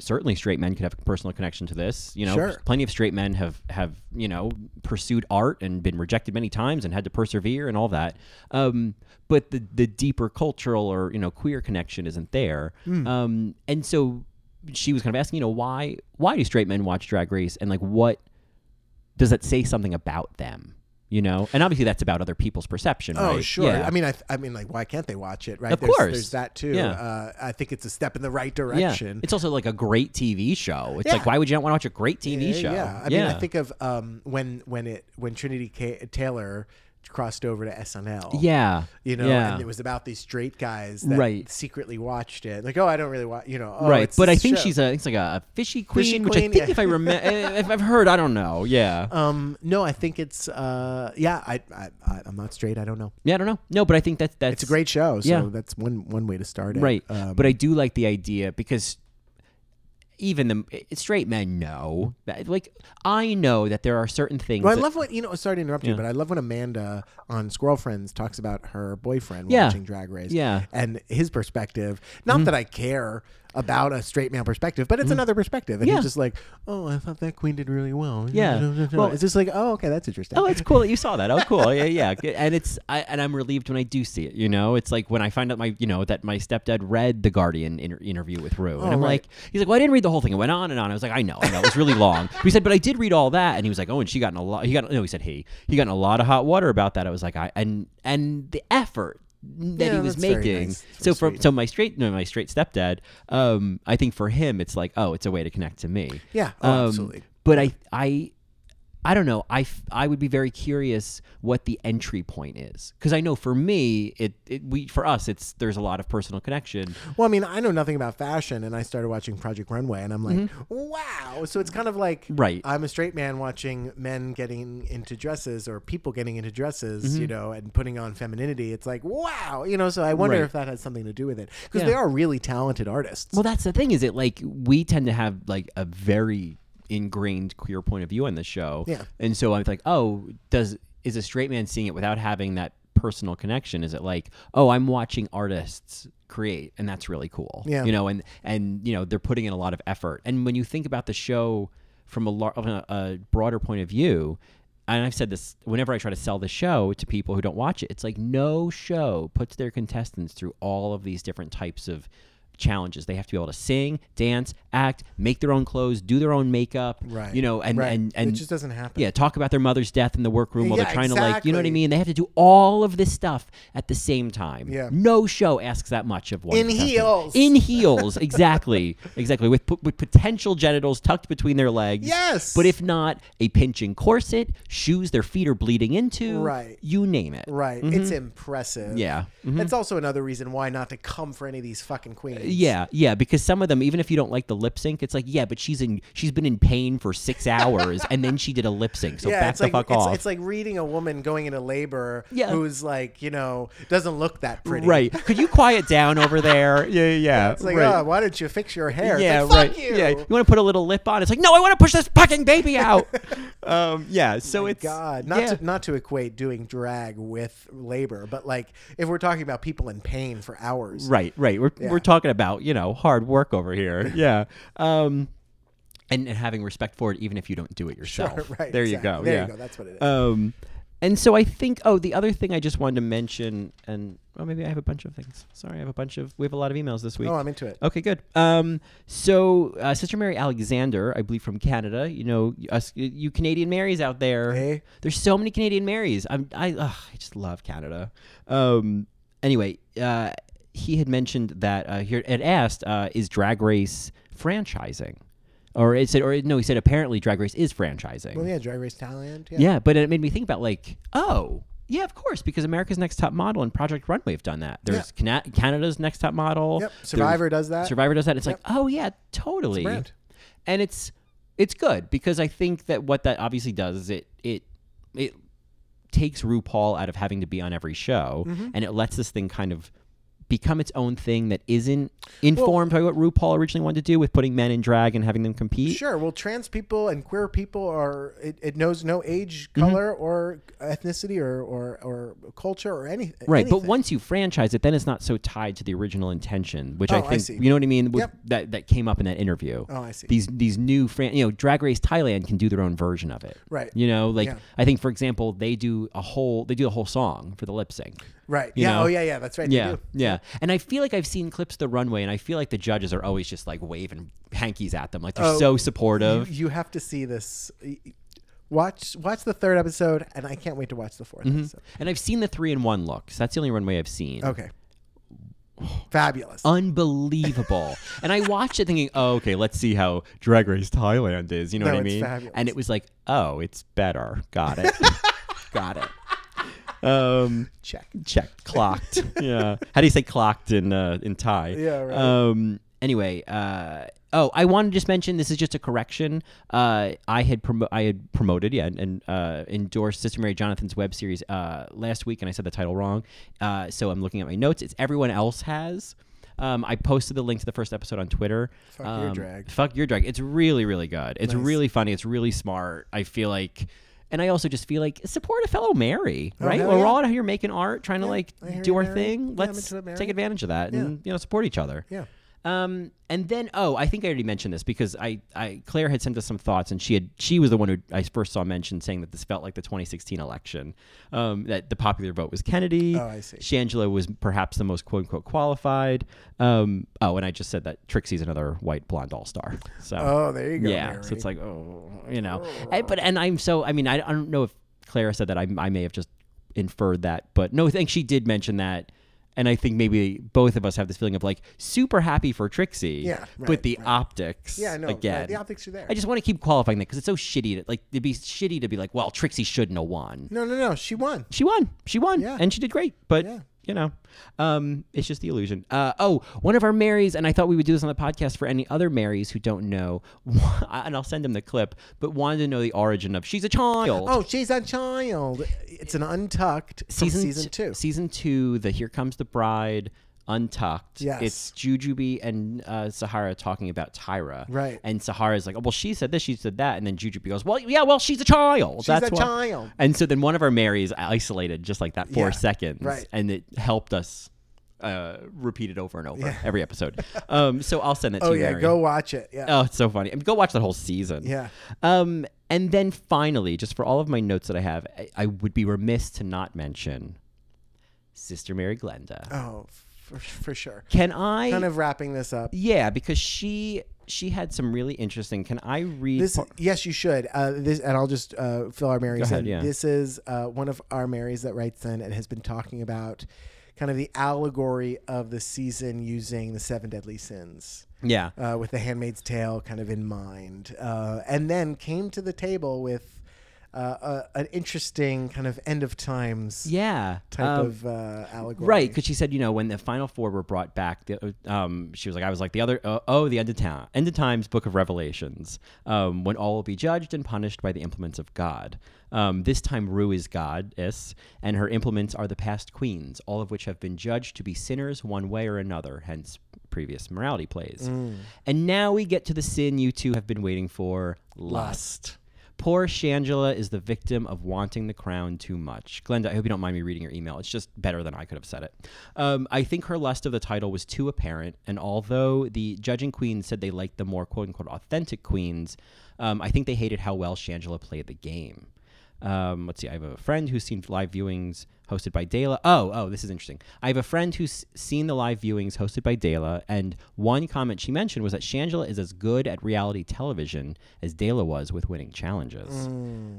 Speaker 1: certainly straight men could have a personal connection to this you know
Speaker 2: Sure.
Speaker 1: plenty of straight men have have you know pursued art and been rejected many times and had to persevere and all that um, but the the deeper cultural or you know queer connection isn't there
Speaker 2: Hmm.
Speaker 1: um, and so she was kind of asking you know why why do straight men watch drag race and like what does that say something about them you know and obviously that's about other people's perception
Speaker 2: Oh,
Speaker 1: right?
Speaker 2: sure.
Speaker 1: yeah.
Speaker 2: I mean, I, th- I mean, like, why can't they watch it? Right.
Speaker 1: Of
Speaker 2: there's,
Speaker 1: course.
Speaker 2: There's that too.
Speaker 1: Yeah.
Speaker 2: Uh, I think it's a step in the right
Speaker 1: yeah.
Speaker 2: direction.
Speaker 1: It's also like a great TV show. It's like,
Speaker 2: Yeah.
Speaker 1: why would you not want to watch a great TV
Speaker 2: Yeah,
Speaker 1: show?
Speaker 2: Uh, Yeah, I mean, I think of um, when when it when Trinity K- Taylor crossed over to SNL.
Speaker 1: Yeah.
Speaker 2: You know,
Speaker 1: Yeah.
Speaker 2: and it was about these straight guys that
Speaker 1: Right.
Speaker 2: secretly watched it. Like, oh, I don't really watch, you know. Oh,
Speaker 1: right.
Speaker 2: it's
Speaker 1: But I
Speaker 2: this
Speaker 1: think
Speaker 2: show.
Speaker 1: she's a it's like a fishy queen,
Speaker 2: Fishy
Speaker 1: which I
Speaker 2: queen,
Speaker 1: think
Speaker 2: yeah.
Speaker 1: if I remember, if I've heard, I don't know. Yeah.
Speaker 2: Um, no, I think it's. Uh, yeah, I, I, I, I'm not straight. I don't know.
Speaker 1: yeah, I don't know. No, but I think that's that's
Speaker 2: It's a great show, so
Speaker 1: Yeah.
Speaker 2: that's one one way to start it.
Speaker 1: right.
Speaker 2: Um,
Speaker 1: but I do like the idea because even the eh, straight men know that like I know that there are certain things.
Speaker 2: Well, I
Speaker 1: that-
Speaker 2: love what you know. Sorry to interrupt you, but I love when Amanda on Squirrel Friends talks about her boyfriend
Speaker 1: Yeah.
Speaker 2: watching Drag Race.
Speaker 1: Yeah. Mm-hmm.
Speaker 2: and his perspective. Not that I care about a straight male perspective, but it's another perspective, and
Speaker 1: Yeah.
Speaker 2: he's just like, "Oh, I thought that queen did really well."
Speaker 1: Yeah.
Speaker 2: Well,
Speaker 1: Well-
Speaker 2: it's just like, "Oh, okay, that's interesting."
Speaker 1: Oh, it's cool that you saw that. Oh, cool. Yeah, yeah. And it's I, and I'm relieved when I do see it. You know, it's like when I find out my you know that my stepdad read the Guardian inter- interview with Rue, and I'm
Speaker 2: Oh, right.
Speaker 1: like, he's like, well, I didn't read the whole thing. It went on and on. I was like, I know, I know, it was really long. But he said, but I did read all that, and he was like, oh, and she got in a lot. He got no, he said he he got in a lot of hot water about that. I was like, I and and the effort that
Speaker 2: Yeah,
Speaker 1: he was
Speaker 2: that's very
Speaker 1: making.
Speaker 2: nice. That's
Speaker 1: So
Speaker 2: very
Speaker 1: from
Speaker 2: sweet.
Speaker 1: so my straight no, my straight stepdad, um, I think for him it's like, oh, it's a way to connect to me.
Speaker 2: yeah, oh,
Speaker 1: Um,
Speaker 2: absolutely.
Speaker 1: But I, I, I don't know. I, f- I would be very curious what the entry point is because I know for me, it, it we for us, it's there's a lot of personal connection.
Speaker 2: Well, I mean, I know nothing about fashion, and I started watching Project Runway, and I'm like, "Wow!" So it's kind of like,
Speaker 1: Mm-hmm. Right.
Speaker 2: I'm a straight man watching men getting into dresses or people getting into dresses,
Speaker 1: Mm-hmm.
Speaker 2: you know, and putting on femininity. It's like, "Wow!" You know. So I wonder
Speaker 1: Right.
Speaker 2: if that has something to do with it because
Speaker 1: Yeah.
Speaker 2: they are really talented artists.
Speaker 1: Well, that's the thing is it like we tend to have like a very ingrained queer point of view on the show.
Speaker 2: Yeah.
Speaker 1: And so I'm like, oh, does is a straight man seeing it without having that personal connection? Is it like, oh, I'm watching artists create and that's really cool.
Speaker 2: Yeah.
Speaker 1: You know, and and you know they're putting in a lot of effort. And when you think about the show from a, lar- of a, a broader point of view. And I've said this whenever I try to sell the show to people who don't watch it. It's like no show puts their contestants through all of these different types of challenges. They have to be able to sing, dance, act, make their own clothes, do their own makeup.
Speaker 2: Right.
Speaker 1: You know, and
Speaker 2: Right.
Speaker 1: and and
Speaker 2: it just doesn't happen.
Speaker 1: yeah, talk about their mother's death in the workroom while
Speaker 2: Yeah,
Speaker 1: they're trying to like, you know what I
Speaker 2: exactly.
Speaker 1: mean? They have to do all of this stuff at the same time.
Speaker 2: Yeah.
Speaker 1: No show asks that much of one.
Speaker 2: In
Speaker 1: contestant.
Speaker 2: heels.
Speaker 1: In heels, exactly, exactly. With po- with potential genitals tucked between their legs.
Speaker 2: Yes.
Speaker 1: But if not, a pinching corset, shoes their feet are bleeding into.
Speaker 2: Right.
Speaker 1: You name it.
Speaker 2: Right. It's impressive.
Speaker 1: Mm-hmm. Yeah. Mm-hmm.
Speaker 2: It's also another reason why not to come for any of these fucking queens.
Speaker 1: Yeah, yeah, because some of them, even if you don't like the lip sync, it's like, yeah, but she's in, she's been in pain for six hours, and then she did a lip sync, so back
Speaker 2: it's
Speaker 1: the
Speaker 2: like
Speaker 1: fuck
Speaker 2: it's,
Speaker 1: off.
Speaker 2: it's like reading a woman going into labor
Speaker 1: Yeah.
Speaker 2: who's like, you know, doesn't look that pretty.
Speaker 1: Right? Could you quiet down over there? Yeah, yeah, yeah.
Speaker 2: It's like,
Speaker 1: right.
Speaker 2: oh, why don't you fix your hair? It's
Speaker 1: yeah,
Speaker 2: like, fuck
Speaker 1: right.
Speaker 2: you.
Speaker 1: Yeah, you want to put a little lip on? It's like, no, I want to push this fucking baby out. um, yeah. So it's
Speaker 2: Oh God, not
Speaker 1: yeah.
Speaker 2: to not to equate doing drag with labor, but like if we're talking about people in pain for hours,
Speaker 1: Right, right. We're we're talking about you know hard work over here. Yeah. Um, and, and having respect for it, even if you don't do it yourself.
Speaker 2: right,
Speaker 1: There you
Speaker 2: exactly.
Speaker 1: go.
Speaker 2: There you
Speaker 1: yeah.
Speaker 2: go, that's what it is.
Speaker 1: Um, and so I think. Oh, the other thing I just wanted to mention, and well, maybe I have a bunch of things. Sorry, I have a bunch of. We have a lot of emails this week.
Speaker 2: Oh, I'm into it.
Speaker 1: Okay, good. Um, so uh, Sister Mary Alexander, I believe from Canada. You know, us you Canadian Marys out there.
Speaker 2: Hey.
Speaker 1: There's so many Canadian Marys. I'm I ugh, I just love Canada. Um, anyway, uh, he had mentioned that uh, here had asked uh, is Drag Race franchising, or it said or no, he said apparently Drag Race is franchising.
Speaker 2: Well, yeah, Drag Race Thailand. Yeah.
Speaker 1: Yeah, but it made me think about like, oh, yeah, of course, because America's Next Top Model and Project Runway have done that. There's Cana- Canada's Next Top Model.
Speaker 2: Yep.
Speaker 1: There's-
Speaker 2: Survivor does that.
Speaker 1: Survivor does that. It's like, oh yeah, totally.
Speaker 2: brand.
Speaker 1: and it's it's good because I think that what that obviously does is it it it takes RuPaul out of having to be on every show,
Speaker 2: Mm-hmm.
Speaker 1: and it lets this thing kind of become its own thing that isn't informed by what RuPaul originally wanted to do with putting men in drag and having them compete.
Speaker 2: Sure. Well, trans people and queer people are it, it knows no age,
Speaker 1: Mm-hmm.
Speaker 2: color, or ethnicity, or or, or culture, or any,
Speaker 1: Right,
Speaker 2: anything.
Speaker 1: but once you franchise it, then it's not so tied to the original intention, which I
Speaker 2: Oh, I
Speaker 1: think
Speaker 2: see.
Speaker 1: you know what I mean. with-
Speaker 2: Yep.
Speaker 1: That that came up in that interview.
Speaker 2: Oh, I see.
Speaker 1: These these new fran- you know, Drag Race Thailand can do their own version of it.
Speaker 2: Right.
Speaker 1: You know, like
Speaker 2: Yeah.
Speaker 1: I think for example, they do a whole they do a whole song for the lip sync.
Speaker 2: right.
Speaker 1: you
Speaker 2: Yeah.
Speaker 1: know.
Speaker 2: Oh, yeah. Yeah. That's right. they
Speaker 1: Yeah,
Speaker 2: do.
Speaker 1: yeah. And I feel like I've seen clips of the runway, and I feel like the judges are always just like waving hankies at them, like they're
Speaker 2: Oh,
Speaker 1: so supportive.
Speaker 2: You, you have to see this. Watch watch the third episode, and I can't wait to watch the 4th
Speaker 1: Mm-hmm.
Speaker 2: episode.
Speaker 1: and I've seen the three in one looks. That's the only runway I've seen.
Speaker 2: Okay. Fabulous.
Speaker 1: Um, unbelievable. and I watched it thinking, oh, okay, let's see how Drag Race Thailand is. You know
Speaker 2: No,
Speaker 1: what I
Speaker 2: it's
Speaker 1: mean?
Speaker 2: fabulous.
Speaker 1: And it was like, oh, it's better. Got it. Got it. Um,
Speaker 2: Check.
Speaker 1: check clocked. yeah. How do you say clocked in uh, in Thai?
Speaker 2: Yeah, right.
Speaker 1: Um. Anyway. Uh. Oh, I want to just mention this is just a correction. Uh, I had promo- I had promoted, yeah, and, and uh, endorsed Sister Mary Jonathan's web series uh, last week, and I said the title wrong. Uh, so I'm looking at my notes. It's everyone else has. Um, I posted the link to the first episode on Twitter.
Speaker 2: Fuck your
Speaker 1: um,
Speaker 2: drag.
Speaker 1: Fuck your drag. It's really, really good. It's really funny. It's really smart. I feel like, and I also just feel like support a fellow Mary, right?
Speaker 2: Oh, hell
Speaker 1: We're
Speaker 2: yeah.
Speaker 1: all out here making art, trying to like
Speaker 2: I hear
Speaker 1: do
Speaker 2: you,
Speaker 1: our
Speaker 2: Mary. Yeah,
Speaker 1: thing.
Speaker 2: I'm
Speaker 1: Let's
Speaker 2: into it, Mary.
Speaker 1: take advantage of that and you know support each other.
Speaker 2: Yeah.
Speaker 1: Um, and then oh, I think I already mentioned this because I, I Claire had sent us some thoughts, and she had she was the one who I first saw mentioned saying that this felt like the 2016 election, um, that the popular vote was Kennedy.
Speaker 2: Oh, I see.
Speaker 1: Shangela was perhaps the most quote unquote qualified. Um, oh, and I just said that Trixie's another white blonde all star. So
Speaker 2: Oh, there you go.
Speaker 1: yeah,
Speaker 2: Mary.
Speaker 1: so it's like oh, you know, And- but and I'm so I mean I, I don't know if Clara said that I I may have just inferred that, but no, I think she did mention that, and I think maybe both of us have this feeling of like super happy for Trixie,
Speaker 2: Yeah, right,
Speaker 1: but the
Speaker 2: right.
Speaker 1: optics,
Speaker 2: yeah. No.
Speaker 1: again.
Speaker 2: The optics are there.
Speaker 1: I just want to keep qualifying that because it's so shitty. To, like it'd be shitty to be like, well, Trixie shouldn't have won.
Speaker 2: no, no, no. She won.
Speaker 1: She won. She won.
Speaker 2: Yeah.
Speaker 1: And she did great. But
Speaker 2: Yeah.
Speaker 1: you know, um, it's just the illusion. Uh, oh, one of our Marys, and I thought we would do this on the podcast for any other Marys who don't know, and I'll send them the clip, but wanted to know the origin of She's a Child.
Speaker 2: Oh, she's a child. It's an untucked from season,
Speaker 1: t-
Speaker 2: two.
Speaker 1: Season two, the Here Comes the Bride, Untucked.
Speaker 2: Yes.
Speaker 1: It's Jujubee and uh, Sahara talking about Tyra.
Speaker 2: Right.
Speaker 1: And Sahara's like, oh, well, she said this, she said that. And then Jujubee goes, well, yeah, well, she's a child.
Speaker 2: She's
Speaker 1: That's
Speaker 2: a
Speaker 1: why."
Speaker 2: child.
Speaker 1: And so then one of our Marys isolated just like that four
Speaker 2: Yeah.
Speaker 1: seconds.
Speaker 2: Right.
Speaker 1: And it helped us uh, repeat it over and over every episode. um, so I'll send that
Speaker 2: Oh
Speaker 1: to you.
Speaker 2: yeah,
Speaker 1: Mary.
Speaker 2: go watch it. Yeah.
Speaker 1: Oh, it's so funny. I mean, go watch that whole season.
Speaker 2: Yeah.
Speaker 1: Um, and then finally, just for all of my notes that I have, I, I would be remiss to not mention Sister Mary Glenda.
Speaker 2: Oh, for, for sure.
Speaker 1: Can I
Speaker 2: Kind of wrapping this up.
Speaker 1: Yeah, because she she had some really interesting. Can I read
Speaker 2: This,
Speaker 1: part-
Speaker 2: yes, you should. Uh, this, and I'll just uh, fill our Marys
Speaker 1: ahead,
Speaker 2: in.
Speaker 1: yeah.
Speaker 2: This is uh, one of our Marys that writes in and has been talking about kind of the allegory of the season using the seven deadly sins.
Speaker 1: Yeah.
Speaker 2: uh, with The Handmaid's Tale kind of in mind, uh, and then came to the table with uh, a, an interesting kind of end of times
Speaker 1: Yeah.
Speaker 2: type
Speaker 1: um,
Speaker 2: of uh, allegory.
Speaker 1: Right, because she said, you know, when the final four were brought back, the, um, she was like, I was like, the other, uh, oh, the end of town, end of times, book of Revelations, um, when all will be judged and punished by the implements of God. Um, this time, Rue is goddess, and her implements are the past queens, all of which have been judged to be sinners one way or another, hence previous morality plays. And now we get to the sin you two have been waiting for lust. Poor Shangela is the victim of wanting the crown too much. Glenda, I hope you don't mind me reading your email. It's just better than I could have said it. Um, I think her lust of the title was too apparent, and although the judging queens said they liked the more quote unquote authentic queens, um, I think they hated how well Shangela played the game. Um, let's see. I have a friend who's seen live viewings hosted by Dela. Oh, oh, this is interesting. I have a friend who's seen the live viewings hosted by Dela, and one comment she mentioned was that Shangela is as good at reality television as Dela was with winning challenges.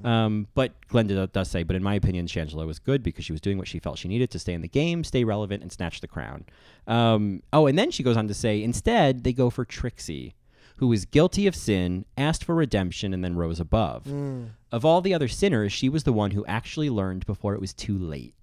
Speaker 1: Um, but Glenda do- does say, but in my opinion, Shangela was good because she was doing what she felt she needed to stay in the game, stay relevant, and snatch the crown. Um, oh, and then she goes on to say, instead, they go for Trixie who was guilty of sin, asked for redemption, and then rose above. Of all the other sinners, she was the one who actually learned before it was too late.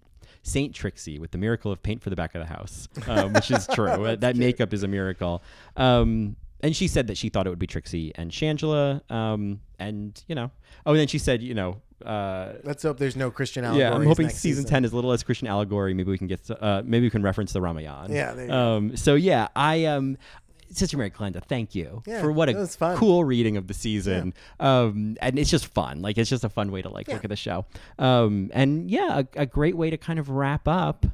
Speaker 1: Saint Trixie with the miracle of paint for the back of the house, um, which is true. that makeup is a miracle. Um, and she said that she thought it would be Trixie and Shangela. Um, and, you know, oh, and then she said, you know, uh,
Speaker 2: Let's hope there's no Christian allegory.
Speaker 1: yeah, I'm hoping season, ten is a little less Christian allegory. Maybe we can get, to- uh, maybe we can reference the Ramayana.
Speaker 2: Yeah, there you go.
Speaker 1: um, So yeah, I um, Sister Mary Glenda, thank you
Speaker 2: Yeah,
Speaker 1: for what
Speaker 2: that
Speaker 1: a
Speaker 2: was fun.
Speaker 1: cool reading of the season. Um, and it's just fun. Like it's just a fun way to like look at the show. Um, and yeah, a, a great way to kind of wrap up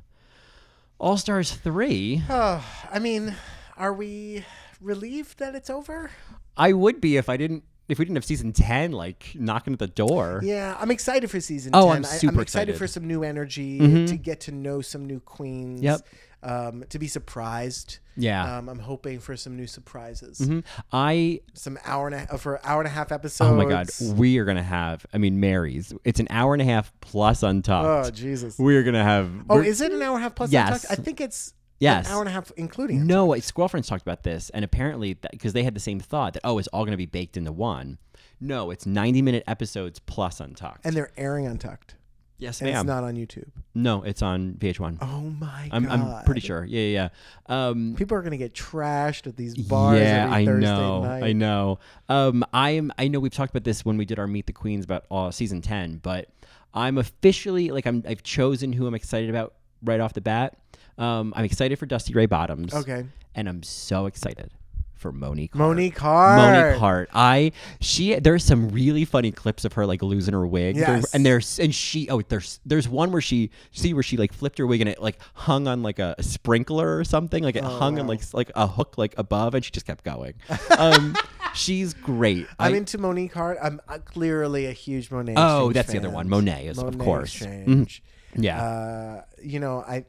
Speaker 1: All Stars three.
Speaker 2: Oh, I mean, are we relieved that it's over?
Speaker 1: I would be if I didn't if we didn't have season ten like knocking at the door.
Speaker 2: Yeah, I'm excited for season
Speaker 1: Oh,
Speaker 2: 10.
Speaker 1: I'm
Speaker 2: I-
Speaker 1: super
Speaker 2: excited,
Speaker 1: excited. Mm-hmm.
Speaker 2: for some new energy, to get to know some new queens,
Speaker 1: Yep.
Speaker 2: um, to be surprised.
Speaker 1: Yeah.
Speaker 2: Um, I'm hoping for some new surprises.
Speaker 1: Mhm. I
Speaker 2: Some hour and a, uh, for hour and a half episodes.
Speaker 1: Oh my God, we are gonna have. I mean, Mary's. It's an hour and a half plus
Speaker 2: Oh,
Speaker 1: untucked.
Speaker 2: Jesus.
Speaker 1: we are gonna have.
Speaker 2: Oh,
Speaker 1: we're-
Speaker 2: is it an hour and a half plus?
Speaker 1: Yes.
Speaker 2: Untucked? I think it's
Speaker 1: Yes.
Speaker 2: an hour and a half including. it.
Speaker 1: no, it's girlfriends talked about this, and apparently because they had the same thought that oh, it's all gonna be baked into one. No, it's ninety minute episodes plus untucked.
Speaker 2: And they're airing Untucked.
Speaker 1: yes,
Speaker 2: And
Speaker 1: ma'am.
Speaker 2: it's not on YouTube.
Speaker 1: no, it's on VH1.
Speaker 2: Oh my
Speaker 1: I'm,
Speaker 2: God.
Speaker 1: I'm pretty sure. Yeah, yeah. yeah. Um,
Speaker 2: People are going to get trashed at these bars
Speaker 1: yeah,
Speaker 2: every Thursday
Speaker 1: I know.
Speaker 2: night.
Speaker 1: I know. Um, I'm. I know we've talked about this when we did our Meet the Queens about uh, season ten, but I'm officially like I'm. I've chosen who I'm excited about right off the bat. Um, I'm excited for Dusty Ray Bottoms.
Speaker 2: Okay.
Speaker 1: And I'm so excited for Monique. Hart.
Speaker 2: Monique Hart.
Speaker 1: Monique Hart. I she there's some really funny clips of her like losing her wig. There-
Speaker 2: Yes.
Speaker 1: and there's and she oh there's there's one where she see where she like flipped her wig and it like hung on like a, sprinkler or something. Like it
Speaker 2: Oh,
Speaker 1: hung on like s- like a hook like above and she just kept going. Um, she's great.
Speaker 2: I'm into Monique Hart. I'm uh, clearly a huge Monet.
Speaker 1: Oh,
Speaker 2: Exchange
Speaker 1: that's the other
Speaker 2: fan.
Speaker 1: one. Monet is, of
Speaker 2: Monet
Speaker 1: course. Mm-hmm.
Speaker 2: Exchange.
Speaker 1: yeah.
Speaker 2: Uh, you know, I.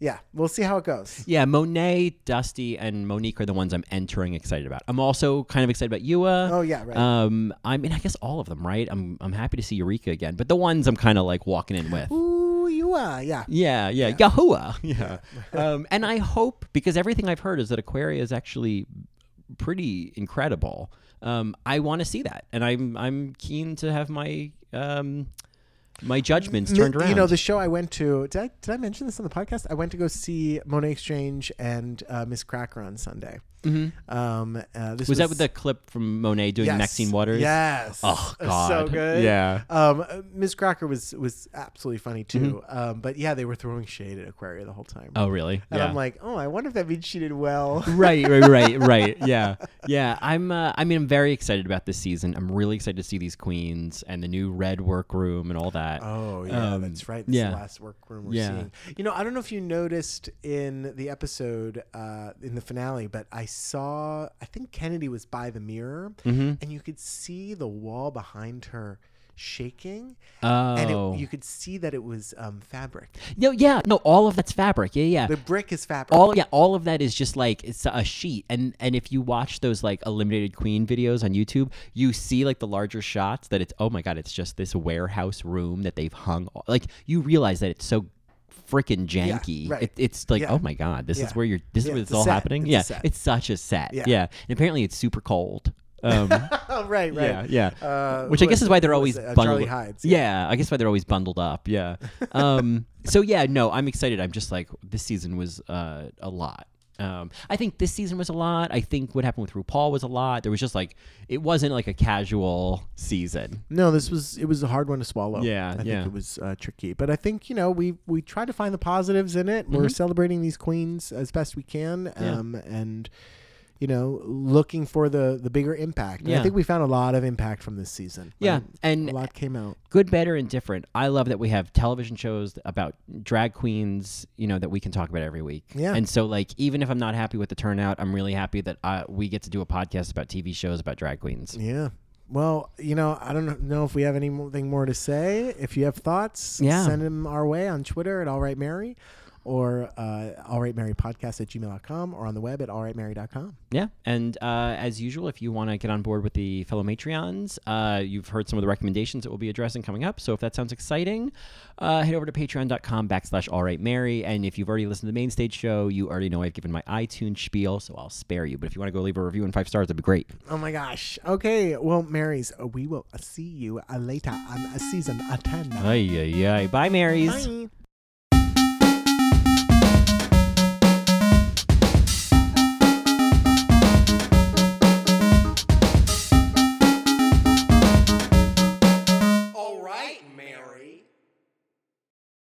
Speaker 2: Yeah, we'll see how it goes.
Speaker 1: yeah, Monet, Dusty, and Monique are the ones I'm entering excited about. I'm also kind of excited about Yua.
Speaker 2: Oh, yeah, right.
Speaker 1: Um, I mean, I guess all of them, right? I'm I'm happy to see Eureka again, but the ones I'm kind of like walking in with.
Speaker 2: Ooh, you are. Yeah.
Speaker 1: Yeah, yeah, Yahoo! Yeah. um, and I hope because everything I've heard is that Aquaria is actually pretty incredible. Um, I want to see that, and I'm I'm keen to have my um, my judgments turned
Speaker 2: Mi-
Speaker 1: around.
Speaker 2: You know, the show I went to. Did I did I mention this on the podcast? I went to go see Monet Exchange and uh, Miss Cracker on Sunday. Um, uh, this
Speaker 1: Mm-hmm. was, that with the clip from Monet doing
Speaker 2: yes,
Speaker 1: Maxine Waters?
Speaker 2: Yes.
Speaker 1: Oh,
Speaker 2: It was
Speaker 1: God.
Speaker 2: so good.
Speaker 1: Yeah.
Speaker 2: Um, uh, Miss Cracker was was absolutely funny too. Um, but yeah, they were throwing shade at Aquaria the whole time.
Speaker 1: Mm-hmm. Oh, really?
Speaker 2: And
Speaker 1: yeah.
Speaker 2: I'm like, oh, I wonder if that means she did well.
Speaker 1: right, right, right, right. Yeah, yeah. I'm. Uh, I mean, I'm very excited about this season. I'm really excited to see these queens and the new red workroom and all that.
Speaker 2: Oh yeah,
Speaker 1: Um,
Speaker 2: that's right. This is
Speaker 1: yeah.
Speaker 2: the last workroom we're
Speaker 1: Yeah.
Speaker 2: seeing. You know, I don't know if you noticed in the episode uh, in the finale, but I
Speaker 1: Mm-hmm.
Speaker 2: saw I think Kennedy was by the mirror, and you could see the wall behind her shaking,
Speaker 1: Oh.
Speaker 2: and it, you could see that it was um, fabric.
Speaker 1: no, yeah, no, all of that's fabric. Yeah, yeah.
Speaker 2: The brick is fabric.
Speaker 1: all yeah, all of that is just like it's a sheet. And and if you watch those like eliminated queen videos on YouTube, you see like the larger shots that it's oh my god, it's just this warehouse room that they've hung like you realize that it's so freaking janky.
Speaker 2: right.
Speaker 1: It, it's like
Speaker 2: Yeah.
Speaker 1: oh my god, this
Speaker 2: Yeah.
Speaker 1: is where you're this
Speaker 2: Yeah,
Speaker 1: is where
Speaker 2: it's
Speaker 1: it's
Speaker 2: a
Speaker 1: all
Speaker 2: set.
Speaker 1: happening.
Speaker 2: It's a
Speaker 1: yeah.
Speaker 2: set.
Speaker 1: It's such a set.
Speaker 2: Yeah.
Speaker 1: Yeah. And apparently it's super cold. Um
Speaker 2: Oh, right, right.
Speaker 1: yeah, yeah.
Speaker 2: Uh,
Speaker 1: Which I
Speaker 2: who
Speaker 1: guess is why they're
Speaker 2: who
Speaker 1: always
Speaker 2: was it? Uh,
Speaker 1: bundled.
Speaker 2: Charlie Hides.
Speaker 1: Yeah. I guess why they're always bundled up. Yeah. Um. so yeah, no, I'm excited. I'm just like this season was uh, a lot. Um. I think this season was a lot. I think what happened with RuPaul was a lot. There was just like it wasn't like a casual season.
Speaker 2: No, this was it was a hard one to swallow.
Speaker 1: Yeah,
Speaker 2: I think
Speaker 1: yeah.
Speaker 2: it was uh, tricky, but I think you know we we try to find the positives in it. We're celebrating these queens as best we can,
Speaker 1: Mm-hmm. Yeah.
Speaker 2: um, and you know looking for the the bigger impact. And I
Speaker 1: Yeah.
Speaker 2: think we found a lot of impact from this season.
Speaker 1: Yeah.
Speaker 2: right?
Speaker 1: Um, And
Speaker 2: a lot came out.
Speaker 1: good, better, and different. I love that we have television shows about drag queens, you know, that we can talk about every week.
Speaker 2: Yeah.
Speaker 1: And so, like, even if I'm not happy with the turnout, I'm really happy that I, we get to do a podcast about TV shows about drag queens.
Speaker 2: Yeah. Well, you know, I don't know if we have anything more to say. If you have thoughts,
Speaker 1: Yeah.
Speaker 2: send them our way on Twitter at All Right Mary or uh, All Right Mary Podcast at gmail.com or on the web at allrightmary.com.
Speaker 1: Yeah, and uh, as usual, if you want to get on board with the fellow Matreons, uh, you've heard some of the recommendations that we'll be addressing coming up. So if that sounds exciting, uh, head over to patreon.com backslash all right Mary. And if you've already listened to the main stage show, you already know I've given my iTunes spiel, so I'll spare you. But if you want to go leave a review and five stars, that'd be great.
Speaker 2: Oh my gosh. Okay. Well, Marys, uh, we will see you uh, later on uh, season uh, 10.
Speaker 1: Ay, ay, ay. Bye, Marys.
Speaker 2: Bye.